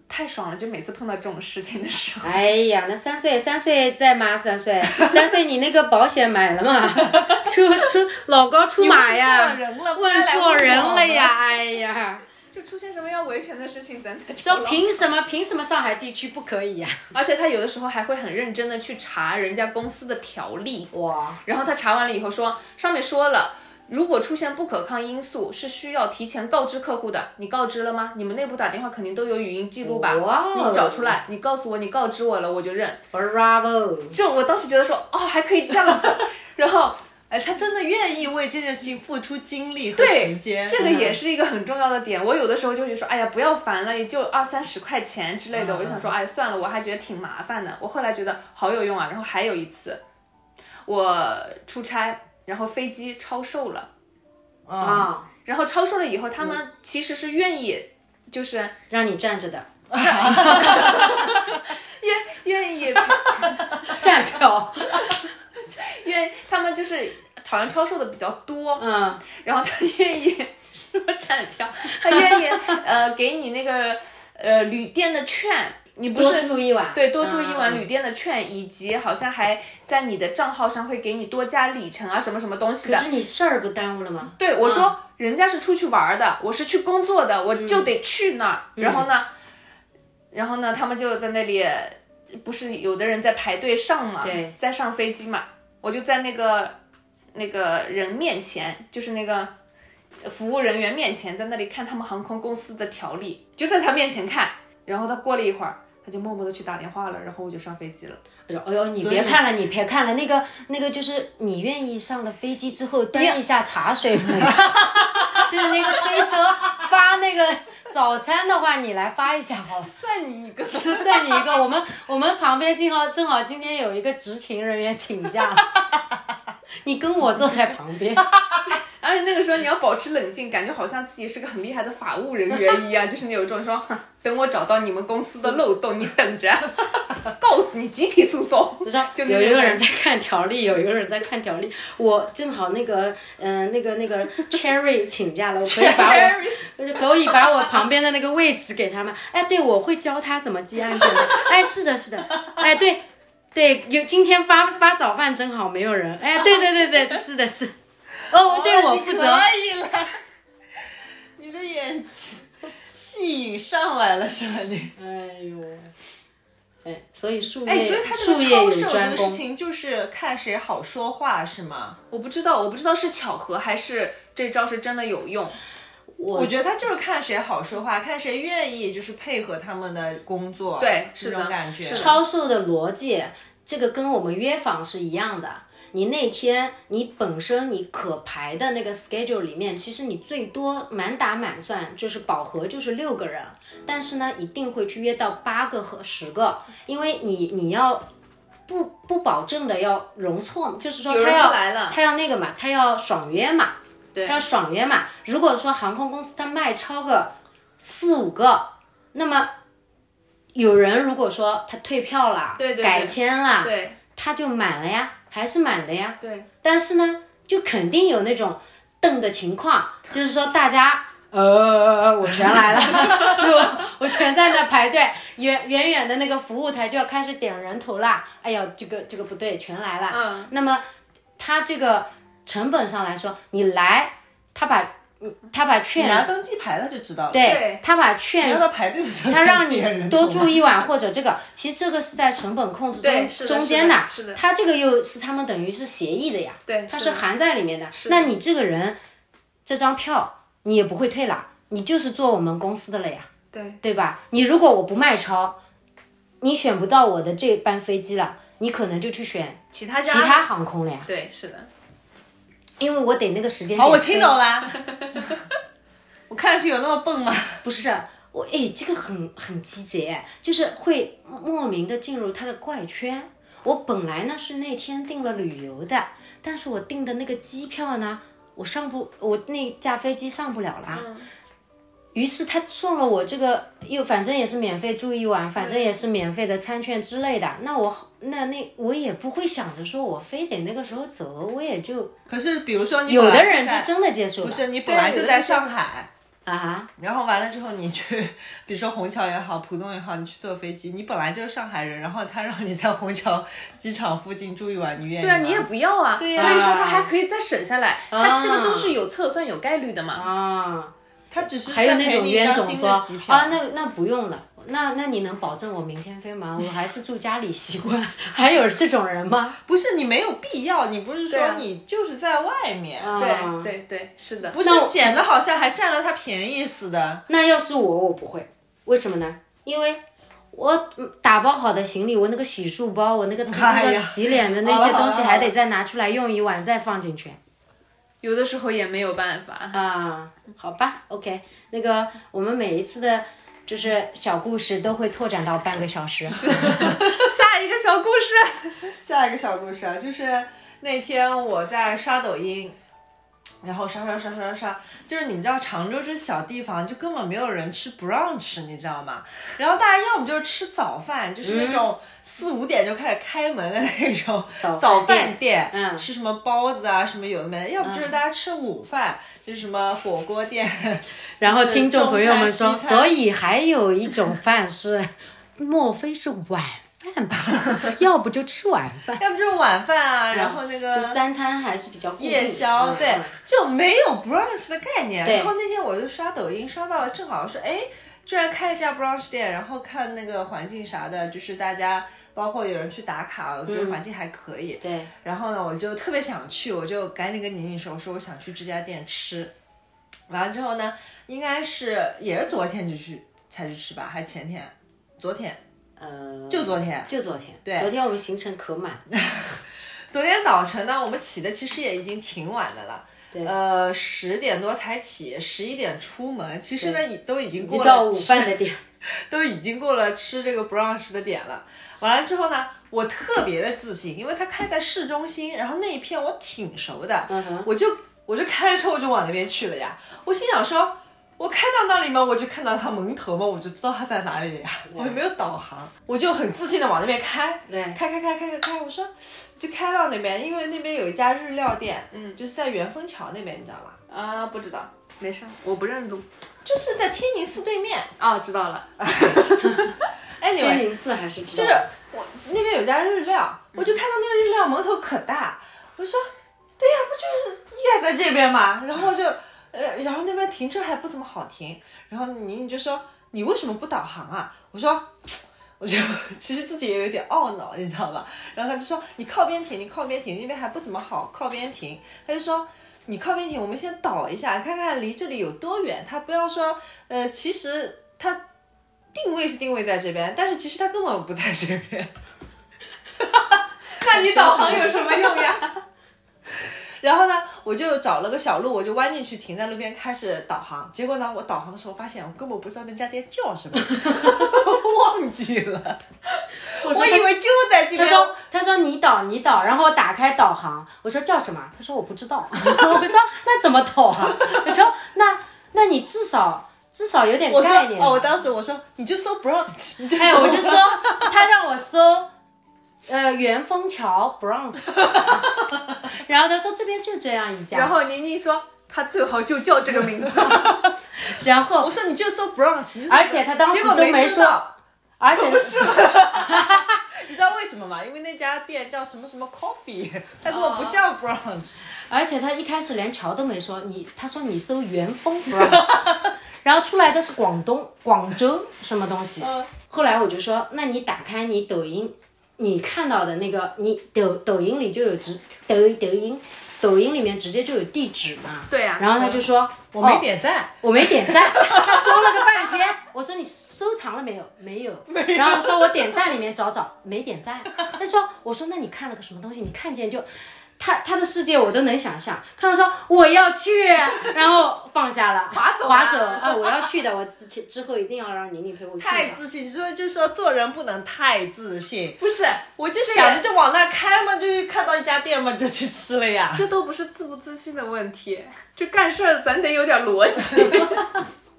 太爽了，就每次碰到这种事情的时候，哎呀，那三岁，三岁再妈三岁，三岁你那个保险买了吗？ 出出老高出马呀，你问错人了不然问来错问人我了呀！了哎呀，就出现什么要维权的事情，咱才知道说。凭什么？凭什么上海地区不可以呀、而且他有的时候还会很认真的去查人家公司的条例， 哇，然后他查完了以后说，上面说了。如果出现不可抗因素，是需要提前告知客户的。你告知了吗？你们内部打电话肯定都有语音记录吧？哇哦你找出来，你告诉我，你告知我了，我就认。 Bravo！就我当时觉得说，哦，还可以这样子。 然后哎，他真的愿意为这件事情付出精力和时间。嗯这个也 是一个很重要的点。我有的时候就会说，哎呀，不要烦了，也就二三十块钱之类的。嗯我就想说，哎，算了，我还觉得挺麻烦的。我后来觉得好有用啊。然后还有一次，我出差，然后飞机超售了，啊，啊、然后超售了以后，他嗯们其实是愿意，就是让你站着的愿意站票，愿他们就是好像超售的比较多，嗯，然后他愿意什么站票，他愿意呃给你那个呃旅店的券，你不多是住一晚，对多住一晚嗯旅店的券，以及好像还在你的账号上会给你多加里程啊什么什么东西可的。是你事儿不耽误了吗？对我说，人家是出去玩儿的，我是去工作的，我就得去那儿。然后呢，然后呢，他们就在那里，不是有的人在排队上嘛，对在上飞机嘛，我就在那个那个人面前，就是那个服务人员面前，在那里看他们航空公司的条例，就在他面前看。然后他过了一会儿，他就默默的去打电话了，然后我就上飞机了。我说哎呦，你别看了，你别看了，那个那个就是你愿意上了飞机之后端一下茶水 没有？就是那个推车发那个早餐的话，你来发一下好了。算你一个。就算你一个，我们我们旁边正好正好今天有一个执勤人员请 假，你跟我坐在旁 边，而且那个时候你要保持冷静，感觉好像自己是个很厉害的法务人员一样，就是你有一种说， 哼等我找到你们公司的漏洞，你等着， 告诉你集体诉讼。 我说就那有边一个人在看条例，有一个人在看条例，我正好那个嗯、呃那个那个 Cherry 请假了，我可以把我。 就是可以把我旁边的那个位置给他们。 哎，对，我会教他怎么系安全带。哎，是的， 是的。哎，对，对，有今天发发早饭真好，没有人。哎，对对对 对，是的是。哦，对我负你责。可以了，你的眼睛戏瘾上来了是吧？你嗯哎呦，哎，所以术业、哎，所以他这术个业超有售这专个事攻。情就是看谁好说话是吗？我不知道，我不知道是巧合还是这招是真的有用。我我觉得他就是看谁好说话，看谁愿意就是配合他们的工作，对是这是种的感觉。是的超售的逻辑，这个跟我们约访是一样的。你那天你本身你可排的那个 schedule 里面，其实你最多满打满算就是饱和就是六个人，但是呢一定会去约到八个和十个，因为你你要不不保证的要容错，就是说有他人要不来了他要那个嘛，他要爽约嘛，对他要爽约嘛。如果说航空公司他卖超个四五个，那么有人如果说他退票了，对对对改签了，对他就满了呀，还是满的呀。对，但是呢，就肯定有那种瞪的情 况，就是说大家。呃，我全来了， 就我我全在那排队，远远远的那个服务台就要开始点人头啦。哎呀，这个这个不对，全来了。嗯，那么它这个成本上来说，你来，他把嗯他把你拿券，登机牌他就知道了，对对，他把 你券让他排队的时候，他让别人你多懂住一晚或者这个，其实这个是在成本控制对中是的中间是的是的他这个又是他们等于是协议的呀，对它是是的含在里面的。的那你这个人这张票你也不会退啦，你就是做我们公司的了呀，对对吧？你如果我不卖超，你选不到我的这班飞机了，你可能就去选其他家其他航空了呀，对是的，因为我得那个时间好，点我飞听懂了。 我看上去有那么笨吗？不是我，哎，这个很很鸡贼，就是会莫名的进入他的怪圈。我本来呢是那天订了旅游的，但是我订的那个机票呢，我上不，我那架飞机上不了啦。嗯于是他送了我这个，又反正也是免费住一晚，反嗯正也是免费的餐券之类的。那我那那我也不会想着说我非得那个时候走，我也就可是比如说你有本来的人就在真的接受了。不是你本来对就有的在人就上海，啊，然后完了之后，你去，比如说虹桥也好，浦东也好，你去坐飞机，你本来就是上海人，然后他让你在虹桥机场附近住一晚，你愿意对那你也不要啊，呀所以说他还可以再省下来，他这个都是有测算有概率的嘛。啊，他只是还有 那种冤种说说啊，那那不用了，那那你能保证我明天飞吗？我还是住家里习惯。还有这种人吗？不是你没有必要，你不是说啊你就是在外面，啊对对对，是的，不不是显得好像还占了他便宜似的。那要是我，我不会，为什么呢？因为我嗯打包好的行李，我那个洗漱包，我那个 哎那呀哦个洗脸的那好了些好了东西，好了还得再拿出来用一晚，再放进去。有的时候也没有办法。 啊，好吧，OK，那个我们每一次的，就是小故事都会拓展到半个小时。下一个小故事，下一个小故事啊，就是那天我在刷抖音，然后刷刷刷刷刷，就是你们知道常州这小地方，就根本没有人吃 brunch，你知道吗？然后大家要么就是吃早饭，就是嗯那种四五点就开始开门的那种早饭店早饭店，嗯吃什么包子啊，什么有的没的，要不就是大家吃午饭，就是什么火锅店。 然后听众朋友们说，中餐西餐所以还有一种饭是， 莫非是晚饭吧？ 要不就吃晚饭。要不就是晚饭啊，然后那个就三餐还是比较固定的夜宵，嗯对嗯，就没有 brunch 的概念。然后那天我就刷抖音，刷到了，正好说，哎，居然开了一家 brunch 店，然后看那个环境啥的，就是大家包括有人去打卡，我觉嗯得环境还可以。对，然后呢，我就特别想去，我就赶紧跟宁宁说，我说我想去这家店吃。完了之后呢，应该是也是昨天就去才去吃吧，还是前天？昨天呃，就昨天，就昨天，对昨天我们行程可满，昨天早晨呢，我们起的其实也已经挺晚的了。呃，十点多才起，十一点出门，其实呢，已都已经一过了到午饭吃的 点，都已经过了吃这个 brunch 的点了。完了之后呢，我特别的自信，因为它开在市中心，然后那一片我挺熟的，哼我就我就开着车我就往那边去了呀。我心想说，我开到那里嘛，我就看到它门头嘛，我就知道它在哪里呀。我也没有导航，我就很自信的往那边开，对开开开开开开，我说就开到那边，因为那边有一家日料店，嗯，就是在元丰桥那边，你知道吗？啊，不知道，没事儿，我不认路。就是在天宁寺对面。哦，知道了，天 Anyway，宁寺还是知道就是我那边有家日料，我就看到那个日料门头可大，我就说，对呀、不就是应该在这边嘛？然后就，呃，然后那边停车还不怎么好停，然后宁宁就说你为什么不导航啊？我说。我就其实自己也有点懊恼，你知道吧？然后他就说你靠边停，你靠边停，那边还不怎么好，靠边停。他就说你靠边停，我们先导一下，看看离这里有多远。他不要说，呃，其实他定位是定位在这边，但是其实他根本不在这边。 那你导航有什么用呀？然后呢，我就找了个小路，我就弯进去，停在路边开始导航。结果呢，我导航的时候发现我根本不知道那家店 叫什么，忘记了，我我说以为就在这他边。说：“他说你导你导，然后我打开导航，我说叫什么？他说我不知道。 我说那怎么导啊？我说那那你至少至少有点我说概念。啊哦，我当时我说你就搜 brunch，你就搜哎，我就说 brunch 他让我搜，呃，元丰桥 Bronx，然后他说这边就这样一家， 然后宁宁说，他最好就叫这个名字。然后 我说你就搜 brunch，你就搜 brunch 而且他当时结果都没搜到而且不是你知道为什么吗？因为那家店叫什么什么 coffee，他 根本哦不叫 brunch。而且他一开始连桥都没说，你他说你搜元丰 brunch，然后出来的是广东广州什么东西。嗯后来我就说，那你打开你抖音，你看到的那个你抖抖音里就有直抖抖音，抖音里面直接就有地址嘛。对啊呀然后他就说，哦我我没、点赞，我没点赞，他搜了个半天。我说你收藏了没有？没有。然后他说我点赞里面找找，没点赞。他说，我说那你看了个什么东西？你看见就。他他的世界我都能想象，看到说我要去，然后放下了，划走划啊走啊！我要去的，我之前之后一定要让宁宁陪我去的。太自信，所以就说做人不能太自信。 不是，我就想着往那开嘛，就是看到一家店嘛，就去吃了呀。这都不是自不自信的问题，这干事儿咱得有点逻辑，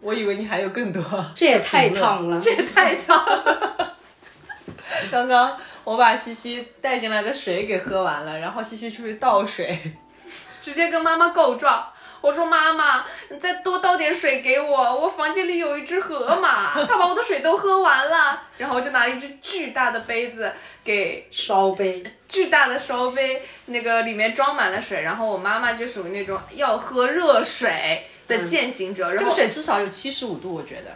我以为你还有更多。这也太烫了，这也太 跳了。刚刚我把西西带 进来的水给喝完了，然后西西出去倒水，直接跟妈妈告状。我说妈妈，你再多倒点水给我，我房间里有一只河马，它把我的水都喝完了。然后我就拿了一只巨大的杯子给烧杯，巨大的烧杯，那个里面装满了水。然后我妈妈就属于那种要喝热水的践行者，然这个后水至少有七十五度，我觉得。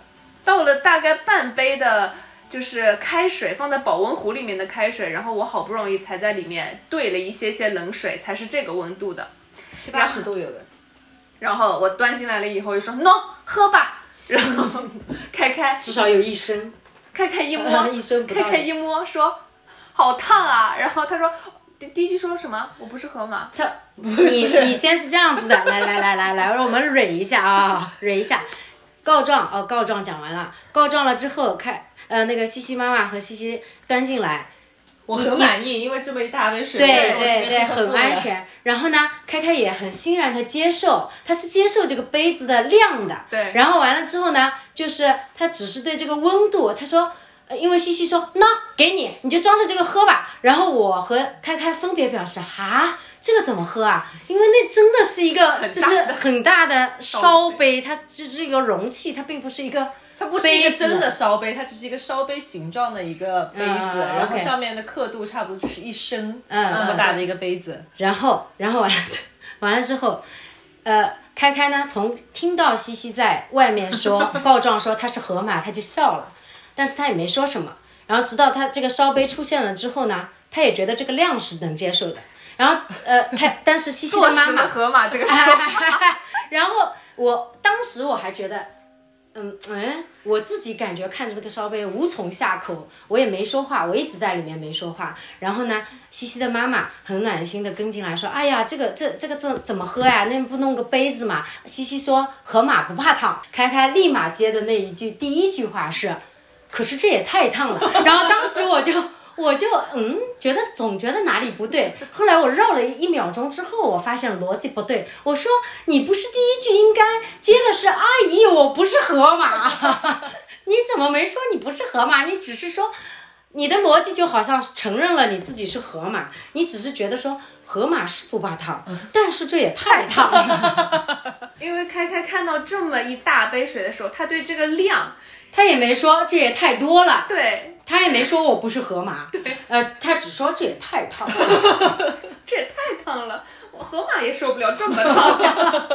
倒了大概半杯的，就是开水，放在保温壶里面的开水，然后我好不容易才在里面兑了一些些冷水，才是这个温度的。七八十度有 的。然后我端进来了以后就说 no 喝吧，然后开开至少有一升，开开一摸一升不到开开一摸说好烫啊，然后他说第第一句说什么？我不是河马，他 你你先是这样子的，来来来来来，让我们捋一下啊，捋一下。告状哦，告状讲完了，告状了之后开呃那个西西妈妈和西西端进来，我很满意，因为这么一大杯水，对我对对，今天喝很够了安。全。然后呢，开开也很欣然的接受，他是接受这个杯子的量的。对然后完了之后呢，就是他只是对这个温度，他说。呃因为西西说，那给你，你就装着这个喝吧。然后我和开开分别表示，啊，这个怎么喝啊？因为那真的是一个，就是很大的烧杯，它就是一个容器，它并不是一个，它不是一杯个子真的烧杯，它只是一个烧杯形状的一个杯子，嗯然后 OK 上面的刻度差不多就是一升嗯那么大的一个杯子。然后，然后完了之，完了之后，呃，开开呢，从听到西西在外面说 告状说他是河马，他就笑了，但是他也没说什么。然后直到他这个烧杯出现了之后呢，他也觉得这个量是能接受的。然后，呃，开，但是西西坐的妈实妈哎了河马这个说法。 然后我当时我还觉得，嗯嗯，我自己感觉看着那个烧杯无从下口，我也没说话，我一直在里面没说话。然后呢，西西的妈妈很暖心的跟进来说：“哎呀，这个这这个怎怎么喝呀？那不弄个杯子嘛？”西西说：“河马不怕烫。”开开立马接的那一句第一句话是：“可是这也太烫了。”然后当时我就。我就嗯，觉得总觉得哪里不对。后来我绕了一秒钟之后，我发现逻辑不对。我说你不是第一句应该接的是阿姨，我不是河马， 你怎么没说你不是河马？你只是说你的逻辑就好像承认了你自己是河马，你只是觉得说河马是不怕烫，但是这也太烫了，因为开开看到这么一大杯水的时候，他对这个量，他也没说这也太多了。对，他也没说我不是河马，呃，他只说这也太烫了。这也太烫了，我河马也受不了这么烫。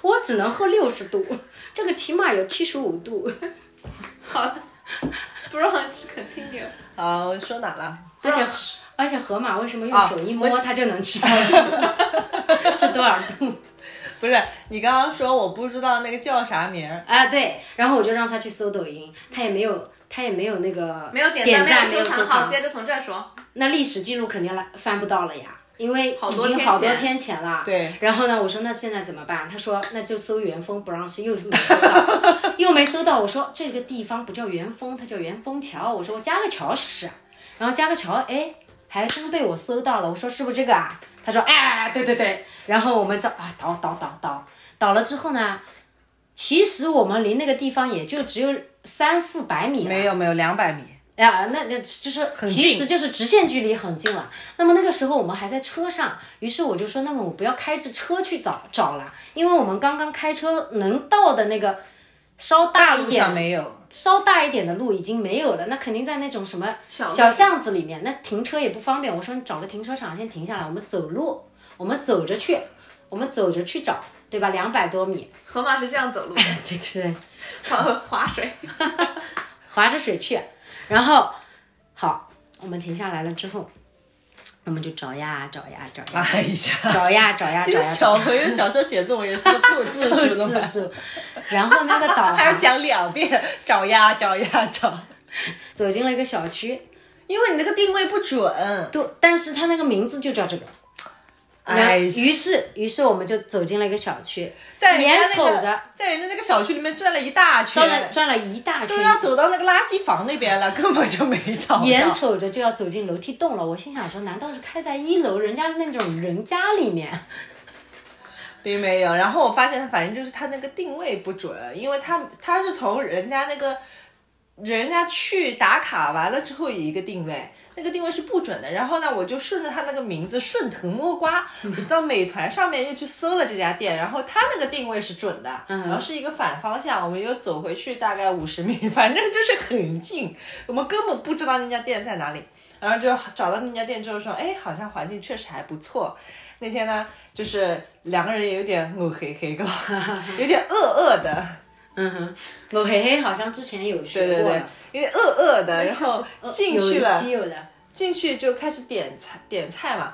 我只能喝六十度，这个起码有七十五度。好的，不让吃 continue。嗯啊，我说哪了？而且而且河马为什么用啊手一摸我它就能 吃饭？这多少度？不是你刚刚说我不知道那个叫啥名儿，啊，对，然后我就让他去搜抖音，他也没有，他也没有那个没有点点赞，赞，没没有有收收藏。好，藏。接着从这儿说。那历史记录肯定来翻不到了呀，因为好已多经天好多前天前了。对然后呢，我说那现在怎么办？他说那就搜元丰，不让是又没搜 到，又没搜到。我说这个地方不叫元丰，它叫元丰桥。我说我加个桥试试，啊然后加个桥，哎，还真被我搜到了。我说是不是这个啊？他说哎，对对对。然后我们找啊倒倒倒倒倒了之后呢，其实我们离那个地方也就只有三四百米了。没有没有，两百米。哎呀，那那就是其近实就是直线距离很近了。那么那个时候我们还在车上，于是我就说，那么我不要开着车去找找了，因为我们刚刚开车能到的那个稍大一路点上没有，稍大一点的路已经没有了，那肯定在那种什么小路小巷子里面，那停车也不方便。我说你找个停车场先停下来，我们走路，我们走着去，我们走着去找，对吧？两百多米， 河马是这样走路的，对对对。划划水。划着水去。然后，好，我们停下来了之后，我们就找呀找呀找呀哎呀，找呀找呀这找个 小呀，朋友小时候写作文也 是错字数的嘛字，数。然后那个导还要航讲两遍，找呀找呀找，走进了一个小区，因为你那个定位不准。对，但是他那个名字就叫这个。然哎呀，于是，于是我们就走进了一个小区，在人眼家那瞅个着在人家那个小区里面转了一大圈，转了转了一大圈都，要走到那个垃圾房那边了，根本就没找到。眼瞅着就要走进楼梯洞了。我心想说，难道是开在一楼人家那种人家里面？并没有。然后我发现，反正就是他那个定位不准，因为他他是从人家那个人家去打卡完了之后有一个定位，那个定位是不准的。然后呢，我就顺着他那个名字顺藤摸瓜，我到美团上面又去搜了这家店，然后他那个定位是准的，然后是一个反方向，我们又走回去大概五十米， 反正就是很近，我们根本不知道那家店在哪里。然后就找到那家店之后说，哎，好像环境确实还不错。那天呢，就是两个人也有点我黑黑 的，有点饿饿的。嗯哼，我嘿嘿好像之前有学对过对了，有点饿饿 的，然后进去了有一，期有的，进去就开始点菜点菜嘛。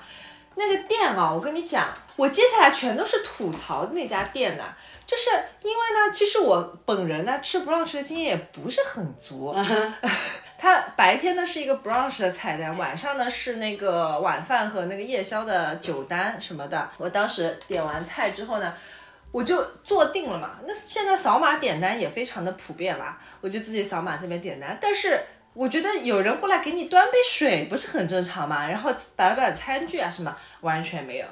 那个店啊，我跟你讲，我接下来全都是吐槽那家店的、就是因为呢，其实我本人呢吃 brunch 的经验也不是很 足。 它白天呢是一个 brunch 的菜单，晚上呢是那个晚饭和那个夜宵的酒单什么的。我当时点完菜之后呢，我就坐定了嘛。那现在扫码点单也非常的普遍吧，我就自己扫码这边点单。但是我觉得有人过来给你端杯水不是很正常嘛？然后摆摆餐具啊什么，完全没有，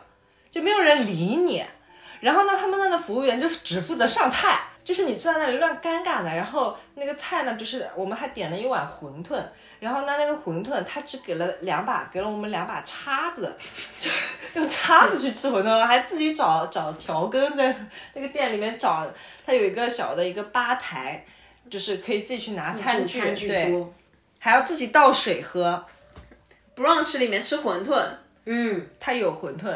就没有人理你。然后呢，他们那的服务员就只负责上菜，就是你坐在那里乱尴尬的。然后那个菜呢，就是我们还点了一碗馄饨，然后呢那个馄饨他只给了两把，给了我们两把叉子，就用叉子去吃馄饨，还自己找找调羹在那个店里面找，他有一个小的一个吧台，就是可以自己去拿餐具，餐具对，桌，还要自己倒水喝。 brunch 里面吃馄饨，嗯，他有馄饨，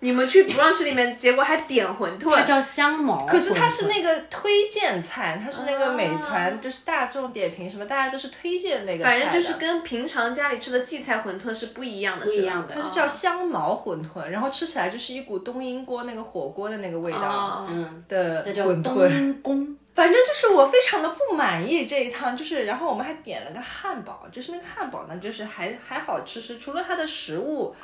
你们去 brunch 里面，结果还点馄它饨，叫香茅馄饨，可是它是那个推荐菜，它是那个美啊团，就是大众点评什么，大家都是推荐那个菜反的，正就是跟平常家里吃的荠菜馄饨是不一样的，不一样的它是叫香茅馄饨，然后吃起来就是一股冬阴锅那个火锅的那个味道哦，嗯，的叫馄冬饨。阴功，反正就是我非常的不满意这一趟，就是然后我们还点了个汉堡，就是那个汉堡呢，就是还还好吃是除了它的食物，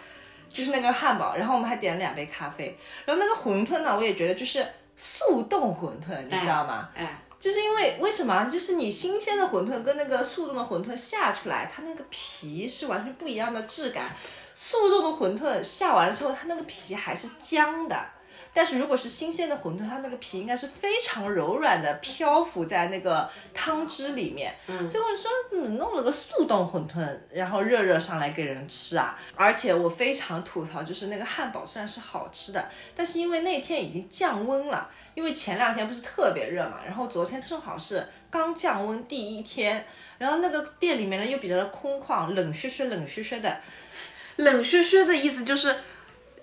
就是那个汉堡，然后我们还点了两杯咖啡，然后那个馄饨呢，我也觉得就是速冻馄饨，你知道吗？哎，就是因为为什么啊？就是你新鲜的馄饨跟那个速冻的馄饨下出来，它那个皮是完全不一样的质感。速冻的馄饨下完了之后，它那个皮还是僵的。但是如果是新鲜的馄饨，它那个皮应该是非常柔软的，漂浮在那个汤汁里面。所以我说你弄了个速冻馄饨，然后热热上来给人吃啊！而且我非常吐槽，就是那个汉堡虽然是好吃的，但是因为那天已经降温了，因为前两天不是特别热嘛，然后昨天正好是刚降温第一天，然后那个店里面呢又比较的空旷，冷嘘嘘冷嘘嘘的，冷靴靴的意思就是。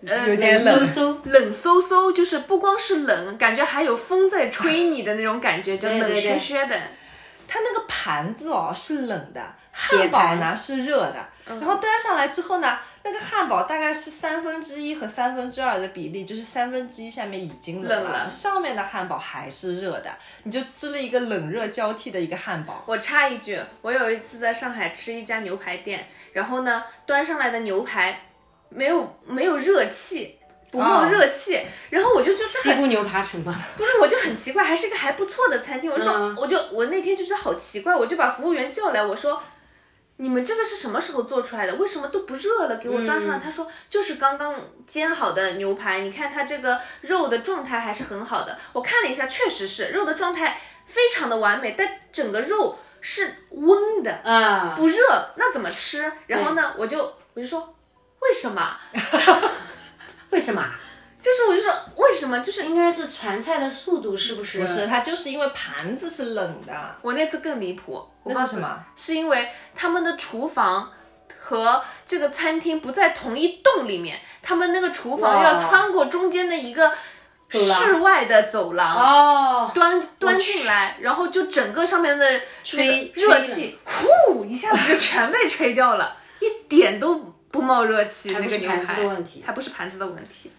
呃，有点冷嗖嗖，冷飕飕，就是不光是冷，感觉还有风在吹你的那种感觉，就对对冷对靴靴的。它那个盘子哦是冷的，铁汉堡呢盘是热的，嗯然后端上来之后呢，那个汉堡大概是三分之一和三分之二的比例，就是三分之一下面已经冷冷了上面的汉堡还是热的，你就吃了一个冷热交替的一个汉堡。我插一句，我有一次在上海吃一家牛排店，然后呢，端上来的牛排没有没有热气，不冒啊热气，然后我就就西是很部牛扒城嘛， 不是，我就很奇怪，还是个还不错的餐厅，我就说、嗯我就我那天就觉得好奇怪，我就把服务员叫来，我说。你们这个是什么时候做出来的？为什么都不热了？给我端上嗯来。他说就是刚刚煎好的牛排，你看它这个肉的状态还是很好的。我看了一下，确实是肉的状态非常的完美，但整个肉是温的，啊，不热，那怎么吃？然后呢，我就我就说，为什么？为什么？就是我就说为什么？就是应该是传菜的速度是不是？不不是，它就是因为盘子是冷的，我那次更离谱，我告那诉是你什么，是因为他们的厨房和这个餐厅不在同一栋里面，他们那个厨房哇要穿过中间的一个廊室外的走廊。哦，端端进来，然后就整个上面的吹那个热气，呼一下子就全被吹掉 了，一点都不冒热气。还那不个是牛盘子排的问题还不是盘子的问题。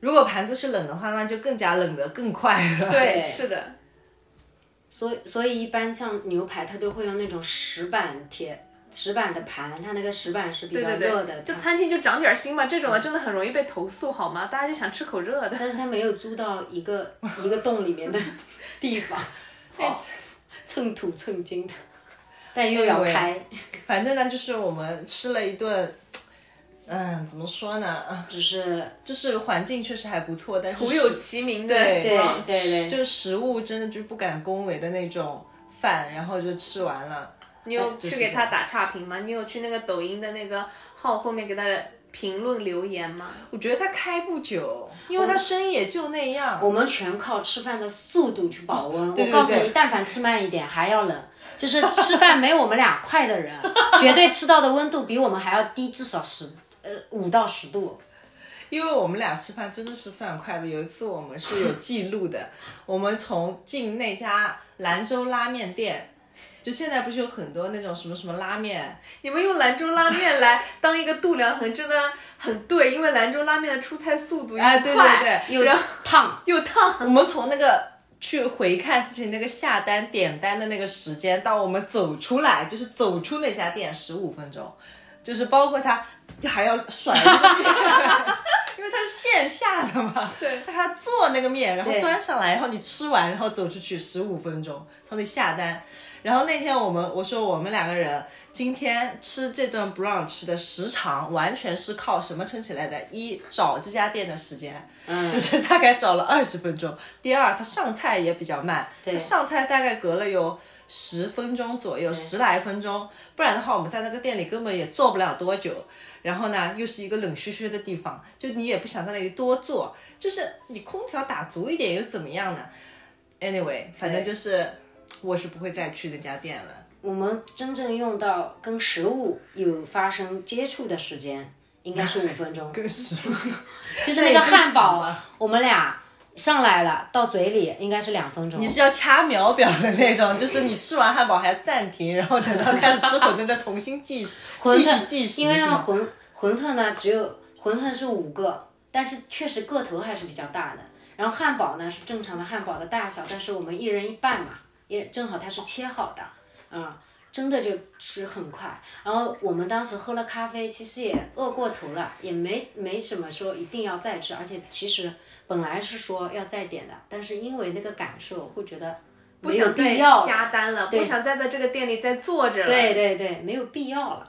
如果盘子是冷的话，那就更加冷的更快了。对，是的，所以所以一般像牛排，它都会用那种石板铁石板的盘，它那个石板是比较对热的，对，就它餐厅就长点心嘛，这种的真的很容易被投诉，好吗？大家就想吃口热的。但 是它没有租到一个一个洞里面的地 方，哦，寸土寸金的，但又要开， 反正呢，就是我们吃了一顿，嗯，怎么说呢？就是就是环境确实还不错，但是徒有其名的，对对对对就是食物真的就是不敢恭维的那种饭，然后就吃完了。你有就去是给这他样打差评吗？你有去那个抖音的那个号后面给他评论留言吗？我觉得他开不久，因为他生意也就那样。我们全靠吃饭的速度去保温。对我告诉对你，但凡吃慢一点，还要冷。就是吃饭没我们俩快的人，绝对吃到的温度比我们还要低至少十呃五到十度。因为我们俩吃饭真的是算快的。有一次我们是有记录的，我们从进那家兰州拉面店，就现在不是有很多那种什么什么拉面，你们用兰州拉面来当一个度量衡，真的很对，因为兰州拉面的出菜速度又哎对快，对又然后烫，又烫， 我们从那个去回看自己那个下单点单的那个时间，到我们走出来，就是走出那家店十五分钟，就是包括他还要甩那个面，因为他是线下的嘛，对，他还做那个面，然后对端上来，然后你吃完，然后走出去十五分钟，从你下单。然后那天我们我说我们两个人今天吃这顿 brunch 的时长完全是靠什么撑起来的？一找这家店的时间，嗯，就是 大概找了二十分钟。第二，它上菜也比较慢，它上菜大概隔了有十分钟左右，十来分钟。不然的话，我们在那个店里根本也坐不了多久。然后呢，又是一个冷嘘嘘的地方，就你也不想在那里多坐，就是你空调打足一点又怎么样呢？Anyway，反正就是我是不会再去那家店了。我们真正用到跟食物有发生接触的时间，应该是五分钟。更是，就是那个汉 那也不止堡吧，我们俩上来了，到嘴里应该是两分钟。你是要掐秒表的那种，就是你吃完汉堡还要暂停，然后等到开始吃 馄饨再重新计时，馄继续饨计时。因为他是们吗馄馄饨呢，只有馄饨是五个，但是确实个头还是比较大的。然后汉堡呢是正常的汉堡的大小，但是我们一人一半嘛，也正好它是切好的，嗯，真的就吃很快。然后我们当时喝了咖啡，其实也饿过头了，也没没什么说一定要再吃，而且其实本来是说要再点的，但是因为那个感受会觉得不没有想再必要了加单了，不想再在这个店里再坐着了。对对对，没有必要了。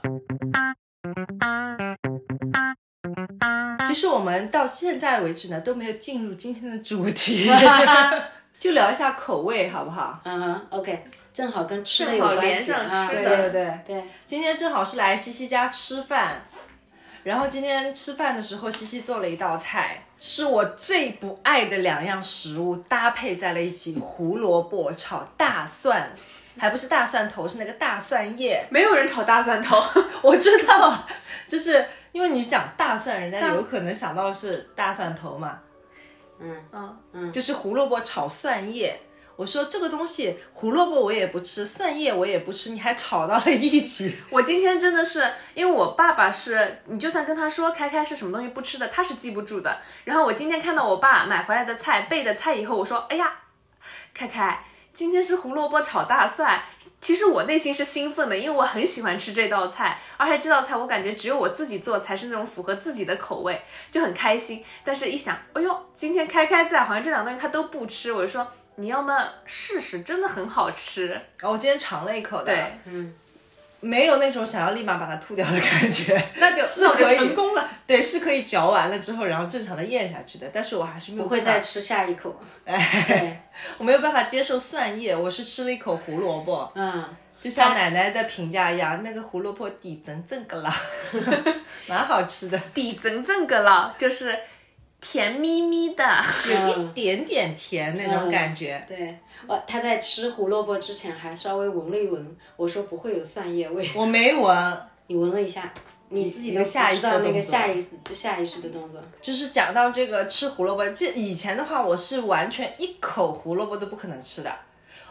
其实我们到现在为止呢，都没有进入今天的主题， 就聊一下口味好不好？嗯哼，OK，正好跟吃的正有好关连系上啊，吃对的对对，对，今天正好是来西西家吃饭，然后今天吃饭的时候，西西做了一道菜，是我最不爱的两样食物搭配在了一起，胡萝卜炒大蒜，还不是大蒜头，是那个大蒜叶。没有人炒大蒜头， 我知道，就是因为你讲大蒜，人家有可能想到的是大蒜头嘛，嗯，就是胡萝卜炒蒜叶。我说这个东西，胡萝卜我也不吃，蒜叶我也不吃，你还炒到了一起。我今天真的是，因为我爸爸是，你就算跟他说开开是什么东西不吃的，他是记不住的。然后我今天看到我爸买回来的菜备的菜以后，我说，哎呀，开开，今天是胡萝卜炒大蒜。其实我内心是兴奋的，因为我很喜欢吃这道菜，而且这道菜我感觉只有我自己做才是那种符合自己的口味，就很开心。但是一想，哎呦，今天开开在，好像这两东西他都不吃，我就说你要么试试，真的很好吃。然后哦我今天尝了一口的，对，没有那种想要立马把它吐掉的感觉。那就是那我就可以成功了。对，是可以嚼完了之后，然后正常的咽下去的，但是我还是没有不会办法再吃下一口。对，我没有办法接受蒜叶，我是吃了一口胡萝卜，嗯，就像奶奶的评价一样，那个胡萝卜底层正个啦， 蛮好吃的，底层这个了，就是甜咪咪的。有一点点甜那种感觉。嗯对，我他在吃胡萝卜之前还稍微闻了一闻，我说不会有蒜叶味， 我没闻，你闻了一下，你自己都一个下不意知识的道那动个作下意识下意识的动作。就是讲到这个吃胡萝卜，这以前的话我是完全一口胡萝卜都不可能吃的。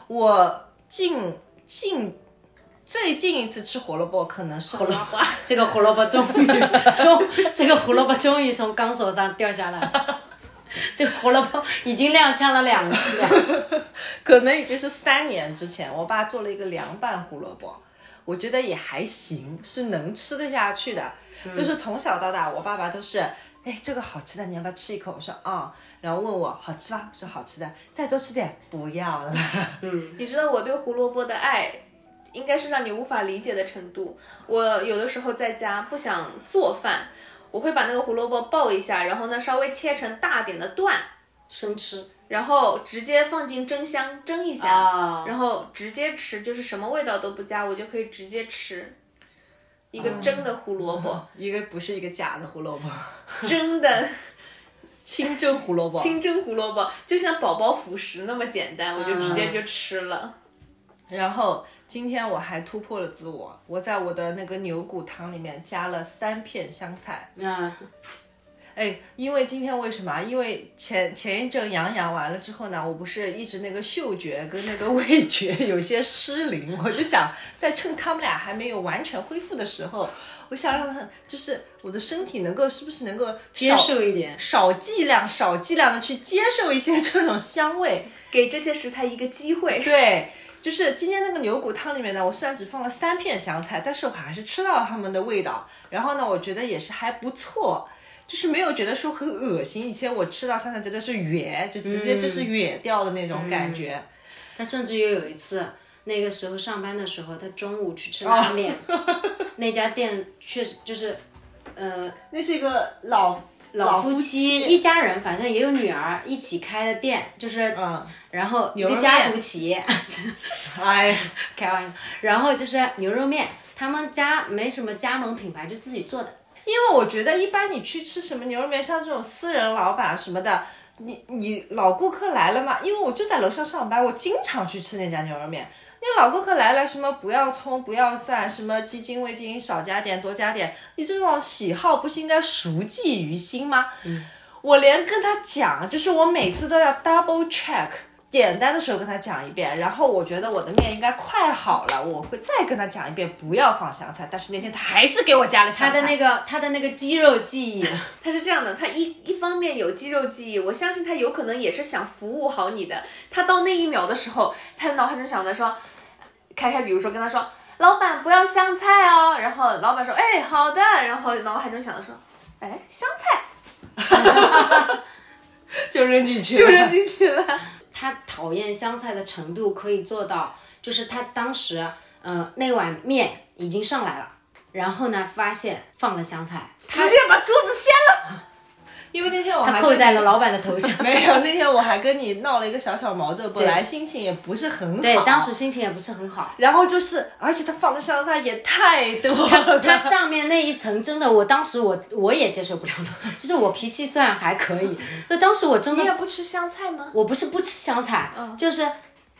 我近近最近一次吃胡萝卜可能是胡萝卜，这个胡萝卜终 于终，这个胡萝卜终于从钢索上掉下来了。 这个胡萝卜已经踉跄了两次，可能也就是三年之前，我爸做了一个凉拌胡萝卜，我觉得也还行，是能吃得下去的。嗯就是从小到大，我爸爸都是，哎，这个好吃的，你要不要吃一口？我说啊、然后问我好吃吧，我说好吃的，再多吃点，不要了。 你知道我对胡萝卜的爱，应该是让你无法理解的程度。我有的时候在家不想做饭，我会把那个胡萝卜爆一下，然后呢稍微切成大点的段，生吃。然后直接放进蒸箱蒸一下，啊然后直接吃，就是什么味道都不加，我就可以直接吃。一个蒸的胡萝卜，一个不是一个假的胡萝卜，蒸的清蒸胡萝卜。清蒸胡萝卜，就像宝宝辅食那么简单，我就直接就吃了。然后今天我还突破了自我，我在我的那个牛骨汤里面加了三片香菜。啊，哎，因为今天为什么啊？因为前前一阵阳阳完了之后呢，我不是一直那个嗅觉跟那个味觉有些失灵，我就想在趁他们俩还没有完全恢复的时候，我想让他就是我的身体能够是不是能够接接受一点，少剂量少剂量的去接受一些这种香味。给这些食材一个机会，对，哎就是今天那个牛骨汤里面呢，我虽然只放了三片香菜，但是我还是吃到了它们的味道。然后呢，我觉得也是还不错，就是没有觉得说很恶心。以前我吃到香菜真的是哕，就直接 就是哕掉的那种感觉。他甚至于有一次，那个时候上班的时候，他中午去吃哦拉面， 那家店确实就是，呃，那是一个老老夫夫妻一家人，反正也有女儿一起开的店，就是，嗯，然后一肉个面家族企业，哎，开玩笑，然后就是牛肉面，他们家没什么加盟品牌，就自己做的。因为我觉得一般你去吃什么牛肉面，像这种私人老板什么的。你你老顾客来了嘛？因为我就在楼上上班，我经常去吃那家牛肉面。那老顾客来了，什么不要葱不要蒜，什么鸡精味精少加点多加点，你这种喜好不是应该熟记于心吗？我连跟他讲，就是我每次都要 double check。点单的时候跟他讲一遍，然后我觉得我的面应该快好了，我会再跟他讲一遍不要放香菜。但是那天他还是给我加了香他菜。的那个他的那个肌肉记忆， 它是这样的，它一一方面有肌肉记忆，我相信他有可能也是想服务好你的。他到那一秒的时候，他脑海中想的说，开开，比如说跟他说，老板不要香菜哦，然后老板说，哎，好的，然后脑海中想的说，哎，香 菜就扔进去，就扔进去了。他讨厌香菜的程度可以做到，就是他当时呃那碗面已经上来了，然后呢发现放了香菜，直接把桌子掀了。因为那天我还他跟扣你。在了老板的头上 哎没有，那天我还跟你闹了一个小小矛盾，本来心情也不是很好。对，当时。心情也不是很好。然后就是，而且他放的香菜也太多了，它上面那一层真的，我当时我我也接受不了了。就是我脾气虽然还可以，那当时我真的你也不吃香菜吗？我不是不吃香菜，嗯就是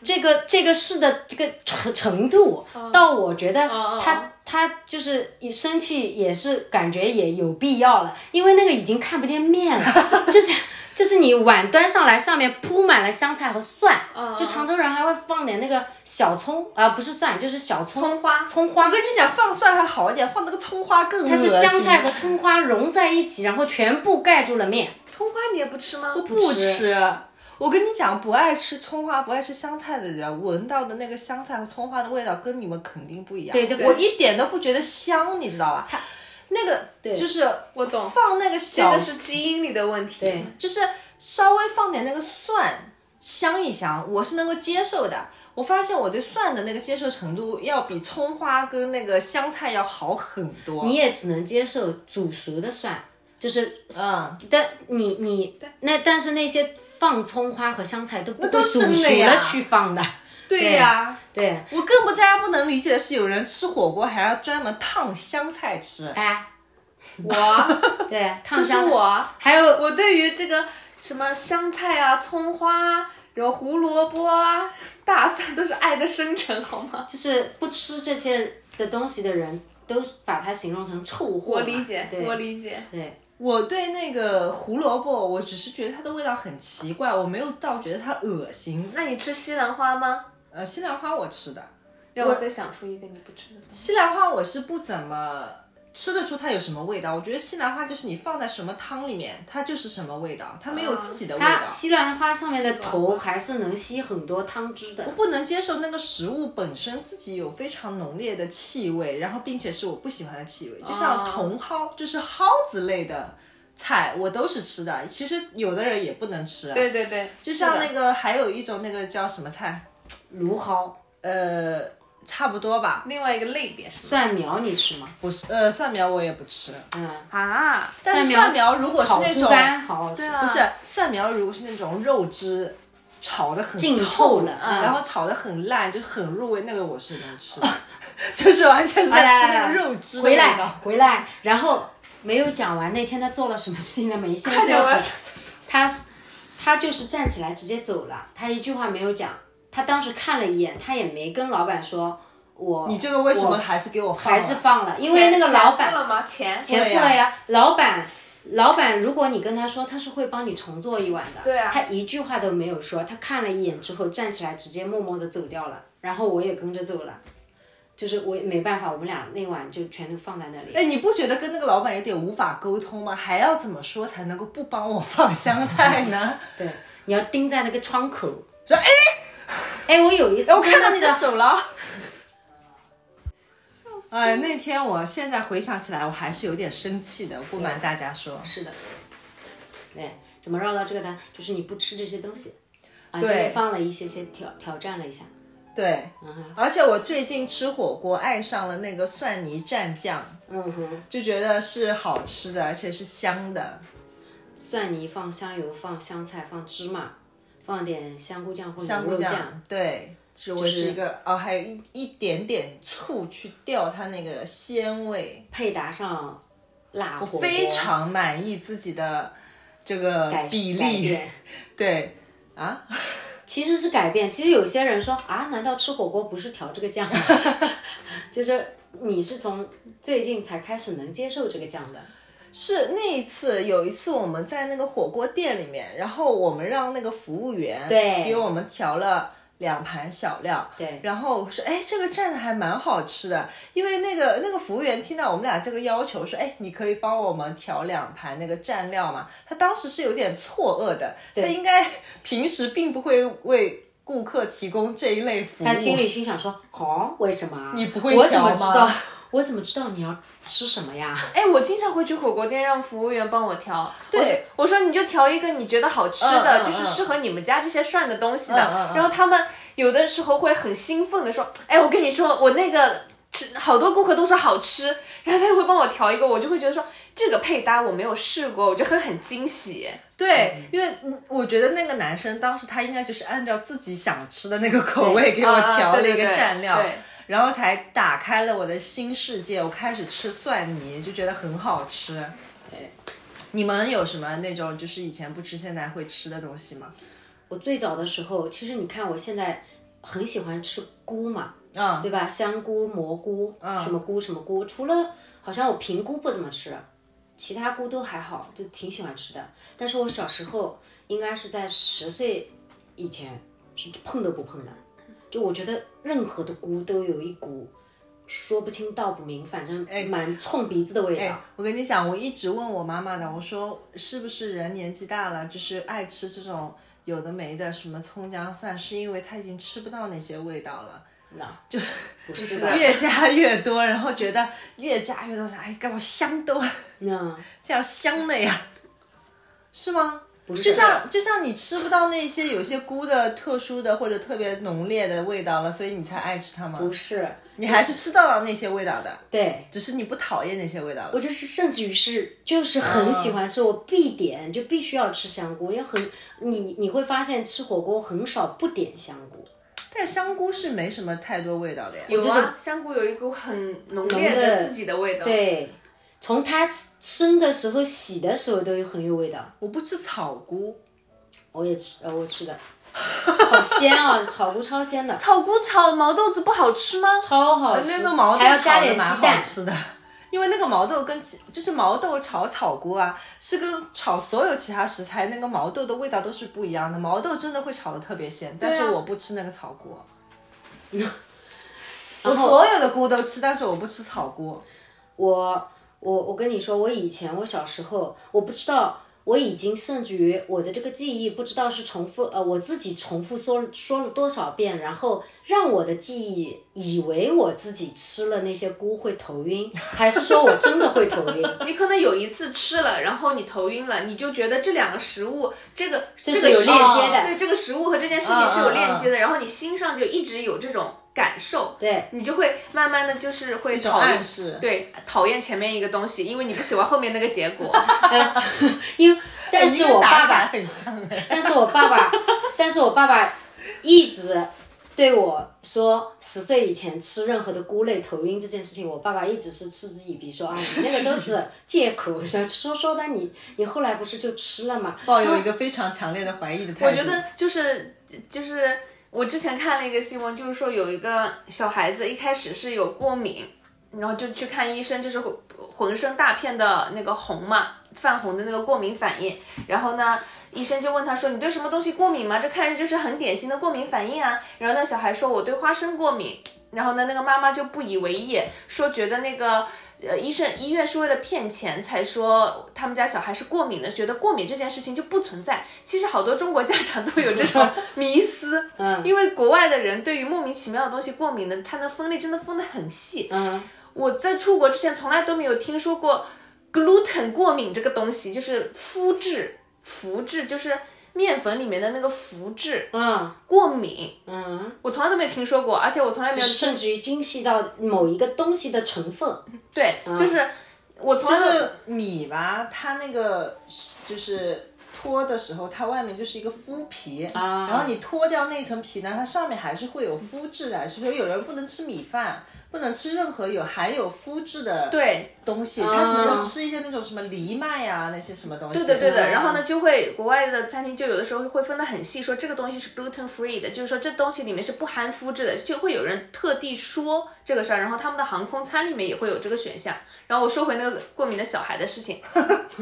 这个这个事的这个程程度，到我觉得嗯嗯他、他就是也生气也是感觉也有必要了，因为那个已经看不见面 了，就是。就是你碗端上来，上面铺满了香菜和蒜，嗯就常州人还会放点那个小葱啊、不是蒜，就是小葱、葱花葱花 我跟你讲，放蒜还好一点，放那个葱花更恶它是心。香菜和葱花融在一起，然后全部盖住了面。葱花你也不吃吗？不吃。我跟你讲，不爱吃葱花、不爱吃香菜的人，闻到的那个香菜和葱花的味道跟你们肯定不一样。对对我不是一点都不觉得香，你知道吧？那个就是我懂放那个这小个是基因里的问题。对，就是稍微放点那个蒜香一香，我是能够接受的。我发现我对蒜的那个接受程度要比葱花跟那个香菜要好很多。你也只能接受煮熟的蒜，就是嗯，但你你那但是那些放葱花和香菜都不会都煮生的熟呀了去放的，对呀、对，啊我更不大家不能理解的是，有人吃火锅还要专门烫香菜吃。哎， 我，对，可烫是香菜我，啊还有我对于这个什么香菜啊、葱花啊、然后胡萝卜啊、大蒜都是爱的深沉，好吗？就是不吃这些的东西的人，都把它形容成臭货嘛。我理解，对我理解。对，我对那个胡萝卜，我只是觉得它的味道很奇怪，我没有到觉得它恶心。那你吃西兰花吗？呃，西兰花我吃的，让我再想出一个你不吃的东西。西兰花我是不怎么吃得出它有什么味道，我觉得西兰花就是你放在什么汤里面，它就是什么味道，它没有自己的味道它。西兰花上面的头还是能吸很多汤汁的我。不能接受那个食物本身自己有非常浓烈的气味，然后并且是我不喜欢的气味，就像茼蒿，就是蒿子类的菜，我都是吃的。其实有的人也不能吃，啊对对对，就就像那个还有一种那个叫什么菜，芦蒿呃，差不多吧。另外一个类别是吗？蒜苗你吃吗？不是，呃，蒜苗我也不吃。嗯，啊，但是蒜蒜苗如果是炒那猪种，肝好好吃。对啊不是蒜苗，如果是那种肉汁炒的很浸透透了嗯然后炒的很烂，就很入味，那个我是能吃的， 就是完全是在吃那个肉汁的回味来道。回来，然后没有讲完那天他做了什么事情呢？没先快这点我要样上子，他他就是站起来直接走了，他一句话没有讲。他当时看了一眼，他也没跟老板说，我你这个为什么我还是给我放了？还是放了？因为那个老钱付板了吗？钱钱付对啊了呀，老板。老板，如果你跟他说，他是会帮你重做一碗的。对啊他一句话都没有说，他看了一眼之后站起来，直接默默的走掉了。然后我也跟着走了，就是我也没办法，我们俩那碗就全都放在那里。哎，你不觉得跟那个老板有点无法沟通吗？还要怎么说才能够不帮我 放香菜呢？对，你要盯在那个窗口。说哎，哎，我有一次我看到真你的的是手了。哎，那天我现在回想起来，我还是有点生气的。不瞒大家说，是的，对，怎么绕到这个单？就是你不吃这些东西，啊，对今天放了一些些挑挑战了一下，对，嗯而且我最近吃火锅爱上了那个蒜泥蘸酱，嗯哼，就觉得是好吃的，而且是香的。蒜泥放香油，放香菜，放芝麻，放点香菇酱或香牛菇肉哦酱，酱，对，是我就是是一个哦，还有一一点点醋去调它那个鲜味。配搭上辣火锅，哦非常满意自己的这个改比改例，变对啊， 其实是改变。其实有些人说啊，难道吃火锅不是调这个酱吗？ 就是你是从最近才开始能接受这个酱的。是那一次有一次我们在那个火锅店里面，然后我们让那个服务员对给我们调了。两盘小料，对然后说，哎，这个蘸的还蛮好吃的，因为那个那个服务员听到我们俩这个要求，说，哎，你可以帮我们调两盘那个蘸料吗？他当时是有点错愕的，他应该平时并不会为顾客提供这一类服务，他心里心想说：“哦，为什么啊？你不会我怎调么吗知道？我怎么知道你要吃什么呀？哎，我经常会去火锅店让服务员帮我调。对我说，我说你就调一个你觉得好吃的，嗯嗯就是适合你们家这些涮的东西的。嗯嗯嗯然后他们有的时候会很兴奋的说：“哎，我跟你说，我那个吃好多顾客都说好吃。”然后他就会帮我调一个，我就会觉得说这个配搭我没有试过，我就会很惊喜。对，因为嗯我觉得那个男生当时他应该就是按照自己想吃的那个口味给我啊啊调了对一个对对蘸料，对然后才打开了我的新世界。我开始吃蒜泥，就觉得很好吃。你们有什么那种就是以前不吃现在会吃的东西吗？我最早的时候，其实你看我现在很喜欢吃菇嘛，啊、对吧？香菇、蘑菇，嗯什么菇什么菇，除了好像我平菇不怎么吃，其他菇都还好，就挺喜欢吃的。但是我小时候应该是在十岁以前是碰都不碰的，就我觉得任何的菇都有一股说不清道不明，反哎正蛮冲鼻子的味道。我跟你讲，我一直问我妈妈的，我说是不是人年纪大了，就是爱吃这种有的没的什么葱姜蒜，是因为他已经吃不到那些味道了。就不是吧？越加越多，然后觉得越加越多，想哎，搞香都嗯，这样香的呀，是吗？不是就像就像你吃不到那些有些菇的特殊的或者特别浓烈的味道了，所以你才爱吃它吗？不是，你还是吃到了那些味道的，对只是你不讨厌那些味道了我。就是甚至于是就是嗯很喜欢吃，我必点就必须要吃香菇，因为很你你会发现吃火锅很少不点香菇，但香菇是没什么太多味道的呀。有就是啊，香菇有一股很浓烈浓的的自己的味道。，对，从它生的时候洗的时候都有很有味道，我不吃草菇，我也吃，呃，我吃的，好鲜啊， 草菇超鲜的，草菇炒毛豆子不好吃吗？超好吃，哎那个毛豆还要加炒的点蛮鸡好蛋，吃的。因为那个毛豆跟其就是毛豆炒草菇啊，是跟炒所有其他食材那个毛豆的味道都是不一样的。毛豆真的会炒的特别鲜，但啊是我不吃那个草菇。 我所有的菇都吃，但是我不吃草菇。我我我跟你说，我以前我小时候，我不知道，我已经甚至于我的这个记忆不知道是重复呃我自己重复说说了多少遍，然后让我的记忆以为我自己吃了那些菇会头晕，还是说我真的会头晕？ 你可能有一次吃了，然后你头晕了，你就觉得这两个食物，这个这是个有食物链接的嗯对这个食物和这件事情是有链接的，然后你心上就一直有这种感受，对，你就会慢慢的就是会种讨厌暗示对，讨厌前面一个东西，因为你不喜欢后面那个结果。因为但是我 爸打爸卡，很像哎，但是我爸爸，但是我爸爸一直对我说，十岁以前吃任何的菇类头晕这件事情，我爸爸一直是嗤之以鼻，说啊，你那个都是借口，说说说的你你后来不是就吃了嘛？抱有一个非常强烈的怀疑的态度。我觉得就是就是我之前看了一个新闻，就是说有一个小孩子一开始是有过敏，然后就去看医生，就是浑浑身大片的那个红嘛，泛红的那个过敏反应。然后呢，医生就问他说：“你对什么东西过敏吗？”这看上去就是很典型的过敏反应啊。然后那小孩说：“我对花生过敏。”然后呢，那个妈妈就不以为意，说觉得那个呃医生医院是为了骗钱才说他们家小孩是过敏的，觉得过敏这件事情就不存在。其实好多中国家长都有这种迷思，嗯因为国外的人对于莫名其妙的东西过敏的，他的分类真的分得很细。嗯，我在出国之前从来都没有听说过 gluten 过敏这个东西，就是麸质，麸质就是面粉里面的那个麸质嗯过敏，嗯，我从来都没有听说过，而且我从来没有甚至于精细到某一个东西的成分，对，就是我从就来都是米吧，它那个就是脱的时候，它外面就是一个麸皮，啊然后你脱掉那层皮呢，它上面还是会有麸质的，所以有人不能吃米饭，不能吃任何有含有麸质的对东西，他只能够吃一些那种什么藜麦呀、那些什么东西。对的，对的。嗯然后呢，就会国外的餐厅就有的时候会分得很细，说这个东西是 gluten free 的，就是说这东西里面是不含麸质的，就会有人特地说这个事儿。然后他们的航空餐里面也会有这个选项。然后我说回那个过敏的小孩的事情，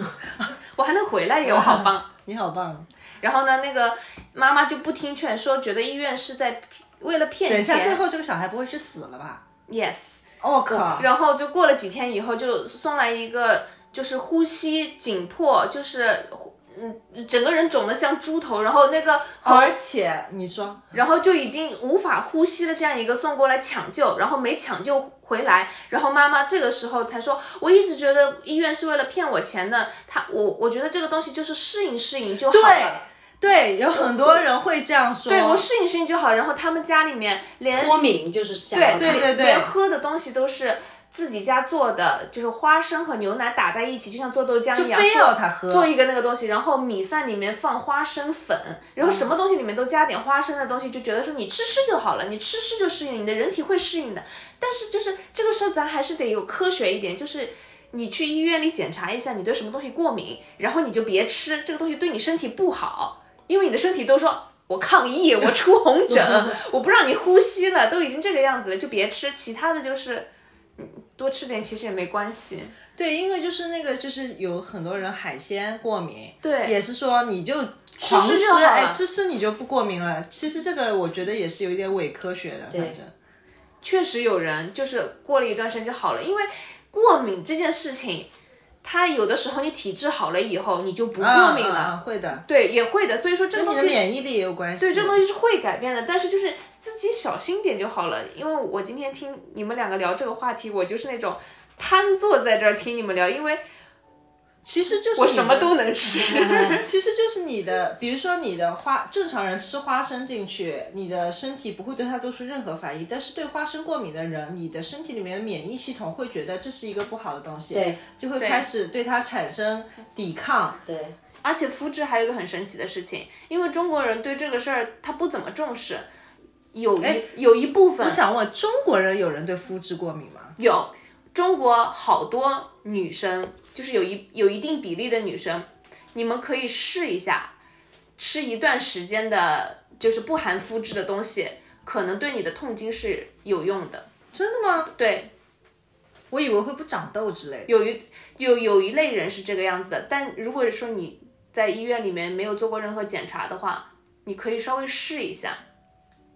我还能回来耶，我好棒。你好棒！然后呢，那个妈妈就不听劝，说觉得医院是在为了骗等一下，最钱。后这个小孩不会是死了吧？哦 Yes。我、靠！然后就过了几天以后，就送来一个就是呼吸紧迫，就是嗯整个人肿得像猪头，然后那个而且你说，然后就已经无法呼吸的这样一个送过来抢救，然后没抢救回来，然后妈妈这个时候才说，我一直觉得医院是为了骗我钱的，他我我觉得这个东西就是适应适应就好对了。对，有很多人会这样说。对我适应适应就好，然后他们家里面连脱敏就是想对要对对连喝的东西都是自己家做的，就是花生和牛奶打在一起，就像做豆浆一样，非要做他喝做一个那个东西，然后米饭里面放花生粉，然后什么东西里面都加点花生的东西，就觉得说你吃吃就好了，你吃吃就适应，你的人体会适应的。但是就是这个事儿，咱还是得有科学一点，就是。你去医院里检查一下，你对什么东西过敏，然后你就别吃这个东西，对你身体不好，因为你的身体都说我抗议，我出红疹，我不让你呼吸了，都已经这个样子了，就别吃。其他的就是，嗯，多吃点其实也没关系。对，因为就是那个，就是有很多人海鲜过敏，对也是说你就狂吃就好了哎，吃吃你就不过敏了。其实这个我觉得也是有一点伪科学的，反正确实有人就是过了一段时间就好了，因为过敏这件事情，它有的时候你体质好了以后，你就不过敏啊啊啊了。会的，对，也会的。所以说嗯这个跟东你西的免疫力也有关系。对，这东西是会改变的，但是就是自己小心点就好了。因为我今天听你们两个聊这个话题，我就是那种瘫坐在这儿听你们聊，因为其实就是我你的什么都能吃。其实就是你的，比如说你的花，正常人吃花生进去，你的身体不会对它做出任何反应，但是对花生过敏的人，你的身体里面的免疫系统会觉得这是一个不好的东西，对就会开始对它产生抵抗。对 而且肤质还有一个很神奇的事情，因为中国人对这个事儿他不怎么重视，有一有一部分我想问，中国人有人对肤质过敏吗？有中国好多女生，就是有一有一定比例的女生，你们可以试一下，吃一段时间的，就是不含麸质的东西，可能对你的痛经是有用的。真的吗？对，我以为会不长痘之类的。有一有有一类人是这个样子的，但如果说你在医院里面没有做过任何检查的话，你可以稍微试一下。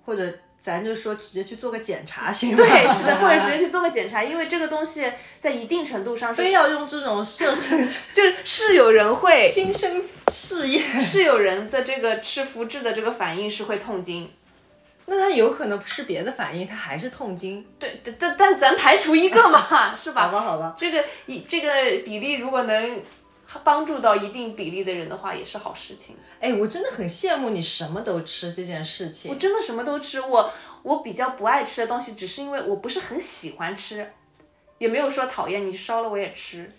或者咱就说直接去做个检查行吗？对，是的，或者直接去做个检查，因为这个东西在一定程度上是非要用这种设身 就是是有人会亲身试验，是有人的这个吃麸质的这个反应是会痛经。那他有可能不是别的反应，他还是痛经。对，但但但咱排除一个嘛，是吧？好吧，好吧。这个一这个比例如果能帮助到一定比例的人的话，也是好事情。哎，我真的很羡慕你什么都吃这件事我情。真的什么都吃，我我比较不爱吃的东西，只是因为我不是很喜欢吃，也没有说讨厌。你烧了我也吃，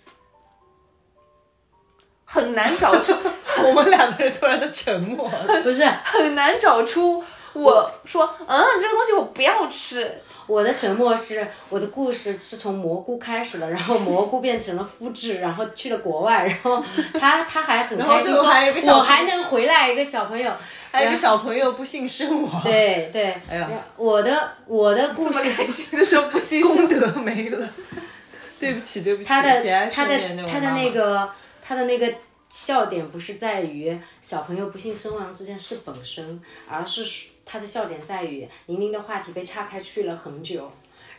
很难找出 我们两个人突然都沉 默了。不是很难找出我说嗯这个东西我不要吃，我的沉默是我的故事是从蘑菇开始的，然后蘑菇变成了肤质，然后去了国外，然后他他还很开心最后说，还有一个小我还能回来一个小朋友，还有一个小朋友不幸身亡，，对对，哎呀我的我的故这么事开心的时候不欣功赏。德没了。 对不起，对不 起，他的节哀他顺的变他种妈的妈那个他的那个笑点不是在于小朋友不幸身亡这件事本身，而是他的笑点在于宁宁的话题被岔开去了很久，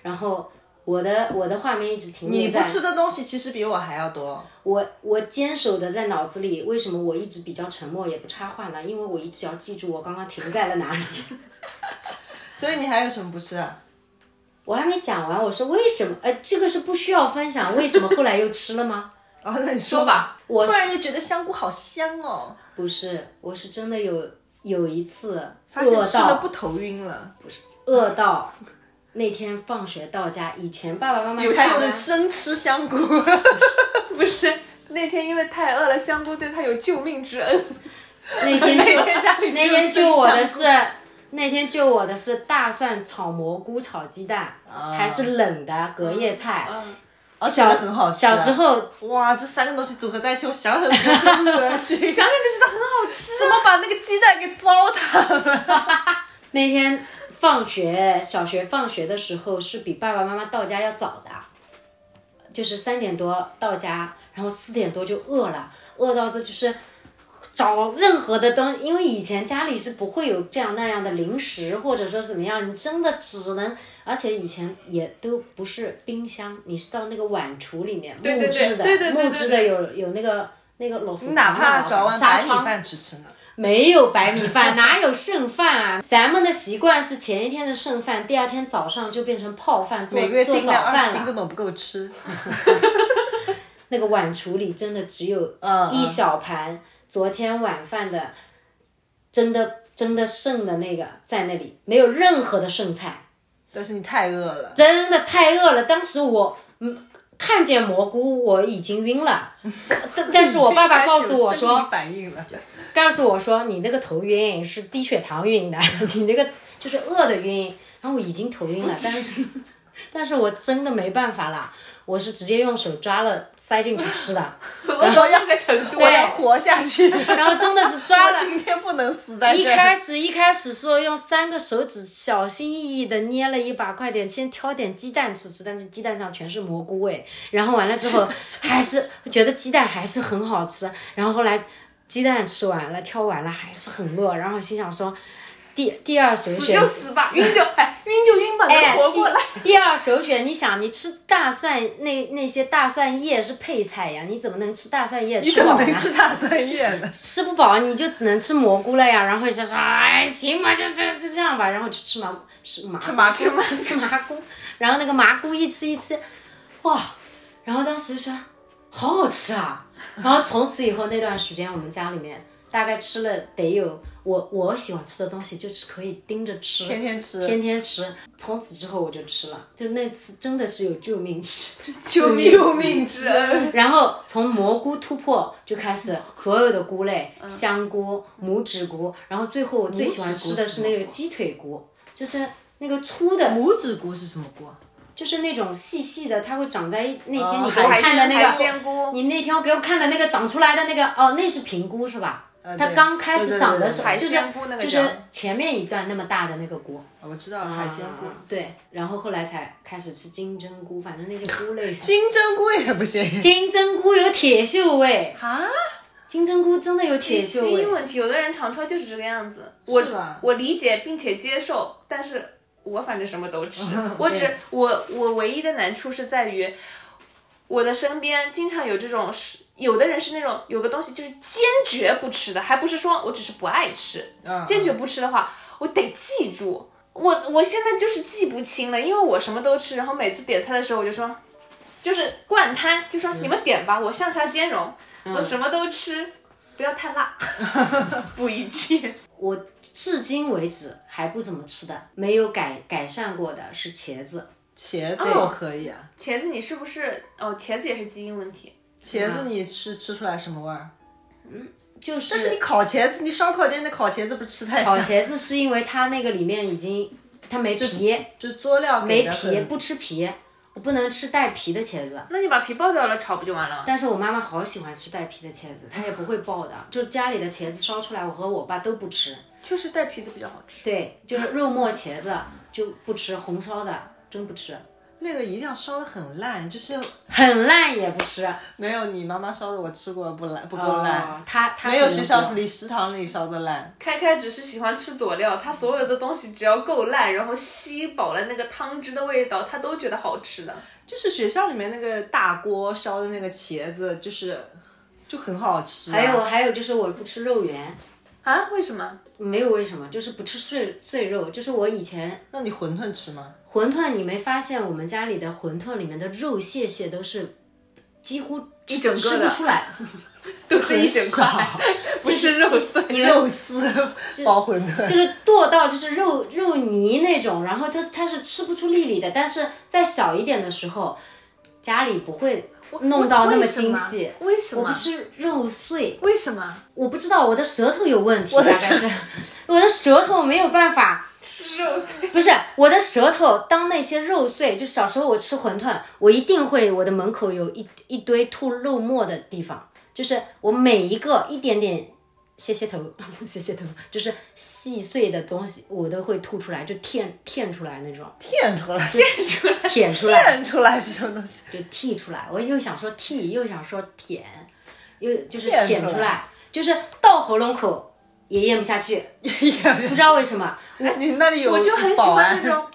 然后我的我的画面一直停你留不在吃的东西其实比我还要多。我我坚守的在脑子里，为什么我一直比较沉默也不插话呢？因为我一直要记住我刚刚停在了哪里。所以你还有什么不吃啊的？我还没讲完，我说为什么？呃，这个是不需要分享，为什么后来又吃了吗？ 啊，那你说吧。我突然就觉得香菇好香哦，不是，我是真的有有一次发现饿吃了到不头晕了，不是饿到那天放学到家，以前爸爸妈妈开下始班生吃香菇。不是 那天因为太饿了，香菇对他有救命之 恩。那天就 那天家里那只有天救生我的香是那天救我的是大蒜炒蘑菇炒鸡蛋，还是冷的隔夜菜。嗯，而且小很好吃。小时候 哇，这三个东西组合在一起，我想想就觉得很 恶心。想想就觉得很好吃。啊怎么把那个鸡蛋给糟蹋了？那天放学，小学放学的时候是比爸爸妈妈到家要早的，就是三点多到家，然后四点多就饿了，饿到这就是找任何的东西，因为以前家里是不会有这样那样的零食或者说怎么样，你真的只能，而且以前也都不是冰箱，你是到那个碗橱里面对木质的，对对对对对木质的有有那个那个老鼠哪怕肠转弯纱白米窗饭吃吃呢？没有白米饭， 哪有剩饭啊？咱们的习惯是前一天的剩饭，第二天早上就变成泡饭做每个月做订早量二十斤饭根了。本不够吃。那个碗橱里真的只有嗯一小盘昨天晚饭的，真的真的剩的那个在那里，没有任何的剩菜，但是你太饿了，真的太饿了。当时我嗯看见蘑菇我已经晕了，但但是我爸爸告诉 我已经开始有生说理，反应了，告诉我说你那个头晕是低血糖晕的，你那个就是饿的晕。然后我已经头晕了，但是 但是我真的没办法啦，我是直接用手抓了塞进去吃的，我到那个程度我要活下去。然后真的是抓我了。今天不能死在一这开儿。始一开始是用三个手指小心翼翼的捏了一把，快点先挑点鸡蛋吃吃，但是鸡蛋上全是蘑菇味。然后完了之后还是觉得鸡蛋还是很好吃，然后后来鸡蛋吃完了挑完了还是很饿，然后心想说。第第二首死选就死吧，晕就哎晕就晕吧，能哎，活过来。第。第二首选，你想，你吃大蒜那那些大蒜叶是配菜呀，你怎么能吃大蒜叶啊你吃怎么饱呢？能吃大蒜叶呢？吃不饱，你就只能吃蘑菇了呀。然后就说，哎，行吧，就就就这样吧。然后就吃麻吃麻吃 麻吃麻吃麻菇，然后那个麻菇一吃一吃，哇！然后当时就说，好好吃啊。然后从此以后那段时间，我们家里面大概吃了得有我我喜欢吃的东西，就是可以盯着吃，天天吃天天吃。从此之后我就吃了，就那次真的是有救命吃。 救命救命之恩！然后从蘑菇突破就开始，所有的菇类，嗯香菇、拇指菇，然后最后我最喜欢吃的是那个鸡腿菇，就是那个粗的，拇指菇是什么菇啊？就是那种细细的，它会长在一那天你给我哦海看的鲜那海个，鲜菇，你那天给我看的那个长出来的那个，哦，那是平菇是吧？嗯它对刚开始长的时候，海就是鲜菇那个就是叫啊前面一段那么大的那个菇，哦我知道海鲜菇。，啊对，然后后来才开始吃金针菇，反正那些菇类金针菇也不行，金针菇有铁锈味，啊，金针菇真的有铁基锈味因。问题，有的人尝出来就是这个样子。我吧我理解并且接受，但是我反正什么都吃。我只我我唯一的难处是在于，我的身边经常有这种是，有的人是那种有个东西就是坚决不吃的，还不是说我只是不爱吃，坚决不吃的话，我得记住。我我现在就是记不清了，因为我什么都吃，然后每次点菜的时候我就说，就是灌汤，就说你们点吧，我向 下兼容，我什么都吃，不要太辣，不一致。我至今为止还不怎么吃的，没有改改善过的是茄子。茄子我可以啊，茄子你是不是？哦，茄子也是基因问题。茄子你是吃出来什么味儿？就是，但是你烤茄子，你烧烤店的烤茄子不是吃太烤香，茄子是因为它那个里面已经它没皮，就佐料给没的皮很不吃皮，我不能吃带皮的茄子。那你把皮爆掉了炒不就完了？但是我妈妈好喜欢吃带皮的茄子，她也不会爆的，就家里的茄子烧出来，我和我爸都不吃。确实带皮的比较好吃。对，就是肉末茄子就不吃，红烧的真不吃，那个一定要烧的很烂，就是很烂也不吃。没有你妈妈烧的我吃过不烂不够烂，哦她她啊没有可能学校不里食堂里烧的烂。开开只是喜欢吃佐料，他所有的东西只要够烂，然后吸饱了那个汤汁的味道，他都觉得好吃的。就是学校里面那个大锅烧的那个茄子，就是就很好吃、啊。还有还有就是我不吃肉圆，啊？为什么？没有为什么，就是不吃碎碎肉，就是我以前那你馄饨吃吗？馄饨，你没发现我们家里的馄饨里面的肉屑屑都是几乎一整个吃的不出来，都是一整块，不是肉碎。因为肉丝 包馄饨，就是剁到就是肉肉泥那种，然后它它是吃不出粒粒的，但是在小一点的时候，家里不会弄到那么精细。 为什我不么？吃肉碎，为什么？我不知道我的舌头有问题，我大的概舌是我的舌头没有办法，吃肉碎。不是我的舌头，当那些肉碎，就小时候我吃馄饨，我一定会我的门口有一一堆吐肉沫的地方，就是我每一个一点点。谢谢头， 谢谢头，就是细碎的东西，我都会吐出来，就舔舔出来那种，舔出来，舔出来，舔出来出来是什么东西？就剔出来。我又想说剔，又想说舔，又就是舔舔出出来来，就是到喉咙口也咽不下去，不知道为什么。你那里有我就很喜欢那种，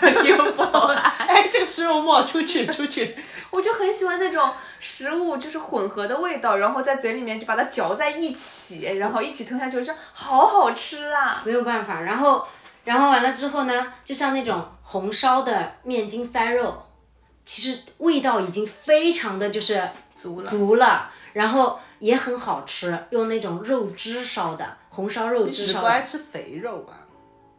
种 有保安，哎，这个食肉末出去出去，我就很喜欢那种食物就是混合的味道，然后在嘴里面就把它嚼在一起，然后一起吞下去，我就好好吃啊！没有办法。然后，然后完了之后呢，就像那种红烧的面筋塞肉，其实味道已经非常的就是足了。足了，然后也很好吃，用那种肉汁烧的红烧肉汁烧的。吃肥肉吧？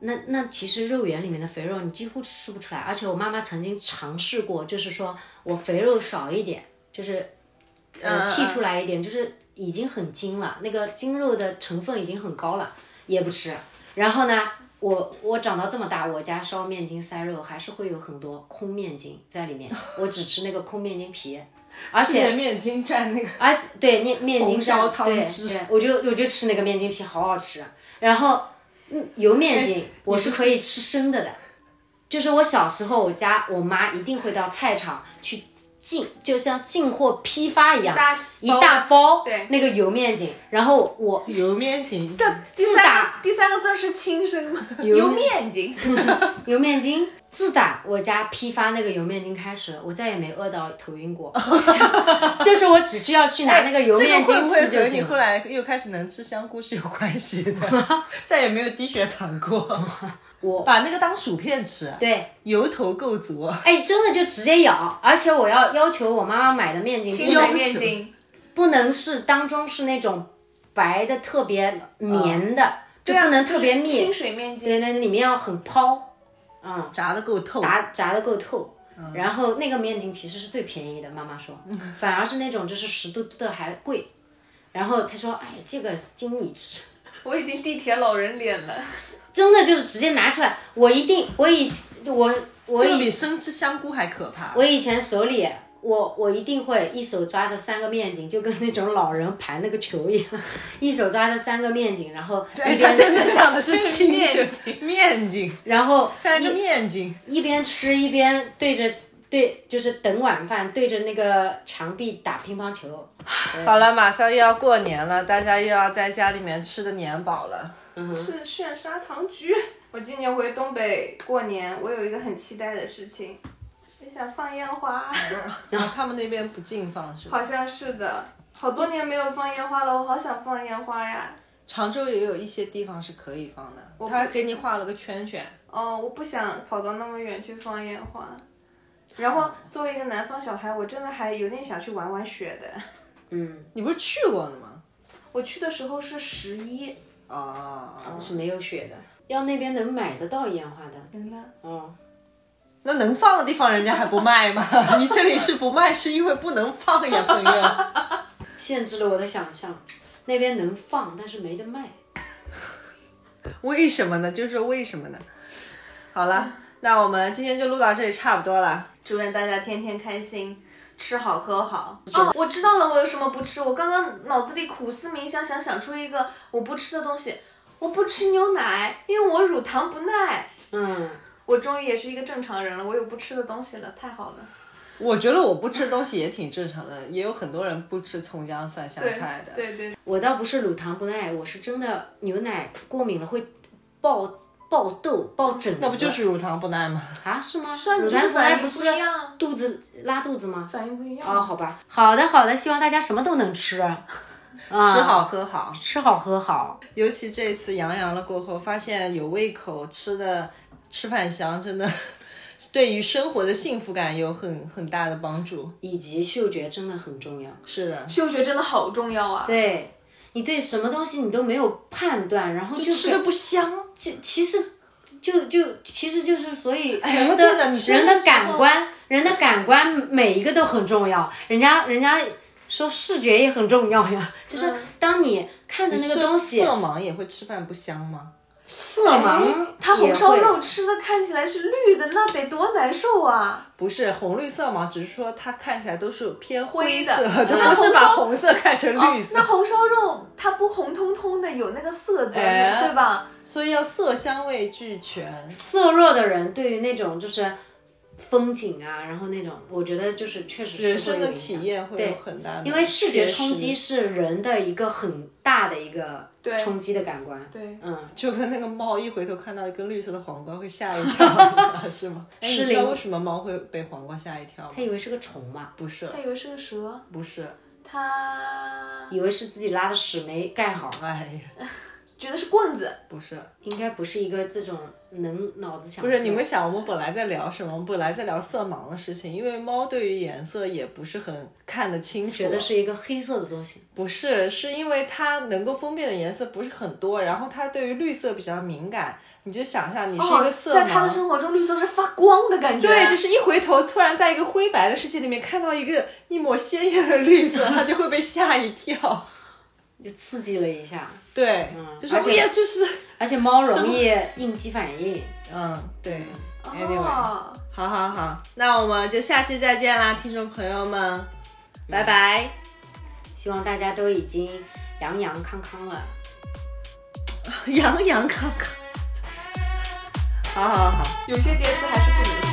那那其实肉圆里面的肥肉你几乎吃不出来，而且我妈妈曾经尝试过，就是说我肥肉少一点，就是。呃，嗯剔嗯出来一点，就是已经很筋了，那个筋肉的成分已经很高了，也不吃。然后呢，我我长到这么大，我家烧面筋塞肉还是会有很多空面筋在里面，我只吃那个空面筋皮，而且面面筋蘸那个，而且对面面筋红烧蘸汤对汁对，我就我就吃那个面筋皮，好好吃。啊然后，嗯，油哎面筋我是可以吃生的的，就是我小时候，我家我妈一定会到菜场去进，就像进货批发一样，大一大包对那个油面筋。然后我油面筋， 第自三打个第三个字是轻声吗？油油面筋。油面筋，自打我家批发那个油面筋开始，我再也没饿到头晕过， 就就是我只需要去拿那个油面哎这个会筋不吃会就和行你了。后来又开始能吃香菇是有关系的？再也没有低血糖过。我把那个当薯片吃，对，油头够足。哎，真的就直接咬，而且我要要求我妈妈买的面筋清不水能面筋，不能是当中是那种白的特别绵的，就不能特别嗯啊就是清密，水面筋。对，那里面要很泡，嗯，炸的够透，炸炸的够透。嗯然后那个面筋其实是最便宜的，妈妈说，反而是那种就是湿嘟嘟的还贵。然后她说，哎，这个经你吃， 我已经地铁老人脸了。真的就是直接拿出来，我一定，我以我我这个以比生吃香菇还可怕。我以前手里，我我一定会一手抓着三个面筋，就跟那种老人盘那个球一样， 一手抓着三个面筋，然后一 哎他边真的吃，讲的是清面水 面筋， 然后三个面筋，一边吃一边对着对，就是等晚饭对着那个墙壁打乒乓球。好了，马上又要过年了，大家又要在家里面吃的年饱了。嗯是炫砂糖橘。我今年回东北过年，我有一个很期待的事情，我想放烟花，嗯然后他们那边不禁放是吧？好像是的，好多年没有放烟花了，我好想放烟花呀。常州也有一些地方是可以放的，他还给你画了个圈圈。哦，我不想跑到那么远去放烟花。然后作为一个南方小孩，我真的还有点想去玩玩雪的。嗯，你不是去过的吗？我去的时候是十一，啊，是没有雪的。要那边能买得到烟花的，能嗯的。哦，那能放的地方人家还不卖吗？ 你这里是不卖，是因为不能放呀，朋友。限制了我的想象。那边能放，但是没得卖。 为什么呢？就是为什么呢？好了，那我们今天就录到这里，差不多了。祝愿大家天天开心，吃好喝好。哦，我知道了，我有什么不吃？我刚刚脑子里苦思冥想，想想出一个我不吃的东西。我不吃牛奶，因为我乳糖不耐。嗯，我终于也是一个正常人了，我有不吃的东西了，太好了。我觉得我不吃东西也挺正常的，也有很多人不吃葱姜蒜香菜的。对对，我倒不是乳糖不耐，我是真的牛奶过敏了会爆爆痘、爆疹子。那不就是乳糖不耐吗？啊？是吗？你乳就是糖不耐反应是不一样肚子拉肚子吗？反应不一样。哦，好吧，好的好的，希望大家什么都能吃，啊、吃吃好喝好，吃好喝好。尤其这次阳阳了过后，发现有胃口，吃的吃饭香，真的 对于生活的幸福感有很很大的帮助。以及嗅觉真的很重要。是的，嗅觉真的好重要啊！对，对你对什么东西你都没有判断，然后就吃的不香，就其实就就其实就是所哎以呀人哎对的的你说人的的时候感官，人的感官每一个都很重要。人家人家说视觉也很重要呀，就是当你看着那个东西嗯色盲也会吃饭不香吗？色盲，他哎红烧肉吃的看起来是绿的，那得多难受啊！不是红绿色盲，只是说它看起来都是偏灰灰啊的色， 它那不是红把烧红色看成绿色，那红烧肉它不红彤彤的，有那个色泽，哎对吧？所以要色香味俱全。色弱的人对于那种就是风景啊，然后那种我觉得就是确实是人生会有的影体响验会有对很大的，因为视觉冲击是人的一个很大的一个对冲击的感官。对嗯，就跟那个猫一回头看到一根绿色的黄瓜会吓一 跳，是吗？哎，你失知道灵啊为什么猫会被黄瓜吓一跳吗他？以为是个虫嘛，不是，他以为是个蛇，不是，他以为是自己拉的屎没盖好，哎呀，觉得是棍子，不是，应该不是一个这种能脑子想。不是，你们想，我们本来在聊什么？我们本来在聊色盲的事情，因为猫对于颜色也不是很看得清楚，觉啊得是一个黑色的东西，不是，是因为它能够分辨的颜色不是很多，然后它对于绿色比较敏感。你就想象你是哦一个色哦在他盲，的生活中，绿色是发光的感觉。对，就是一回头，突然在一个灰白的世界里面看到一个一抹鲜艳的绿 色，它就会被吓一跳。就刺激了一下。对，就说而且哎呀，这是，而且猫容易应激反应。嗯，对。Anyway，哦，好好好，那我们就下期再见啦，听众朋友们，拜 拜。希望大家都已经洋洋康康了。洋洋康康。好好好，有些叠词还是不明显。